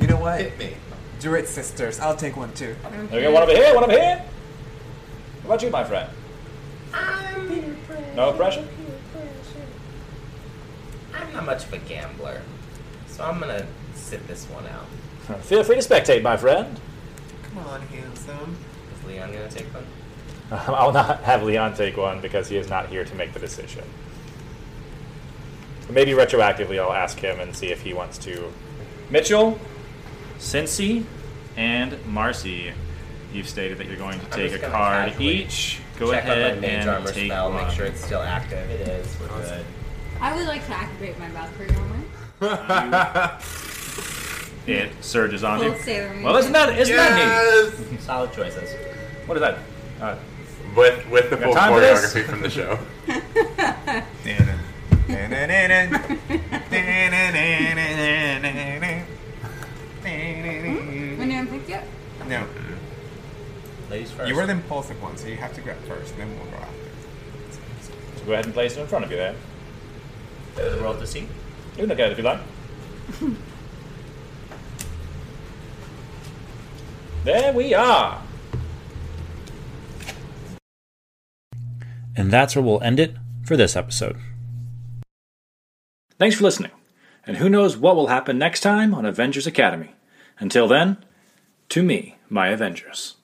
Speaker 7: You know what?
Speaker 5: Hit me.
Speaker 7: Do it, sisters. I'll take one too.
Speaker 1: There we go. One over here. One over here. What about you, my friend? No pressure.
Speaker 6: I'm not much of a gambler, so I'm gonna sit this one out.
Speaker 1: Feel free to spectate, my friend. [LAUGHS]
Speaker 7: Come on, handsome.
Speaker 6: Is Leon gonna take one?
Speaker 1: I'll not have Leon take one because he is not here to make the decision. Maybe retroactively, I'll ask him and see if he wants to. Mitchell, Cincy, and Marcy, you've stated that you're going to take a
Speaker 6: just gonna
Speaker 1: card
Speaker 6: casually
Speaker 1: each. Go
Speaker 6: Check
Speaker 1: ahead
Speaker 6: on my mage
Speaker 1: and
Speaker 6: armor
Speaker 1: take
Speaker 6: spell,
Speaker 1: one.
Speaker 6: make sure it's still active. It is. We're good.
Speaker 2: I would like to activate my Valkyrie armor.
Speaker 1: it surges on you.
Speaker 2: Full ceremony.
Speaker 1: Well, isn't that isn't that
Speaker 6: Solid choices.
Speaker 1: neat? What is that? Uh,
Speaker 5: With with the
Speaker 1: Got
Speaker 5: full
Speaker 1: time for this?
Speaker 5: choreography from
Speaker 10: [LAUGHS]
Speaker 5: the show.
Speaker 2: My name picked yet?
Speaker 7: No,
Speaker 6: Ladies first.
Speaker 7: you were the impulsive one, so you have to grab first, then we'll go after.
Speaker 1: go ahead and place it in front of you there.
Speaker 6: roll to see.
Speaker 1: You can look at it if you like. there we are. And that's where we'll end it for this episode. Thanks for listening. And who knows what will happen next time on Avengers Academy. Until then, to me, my Avengers.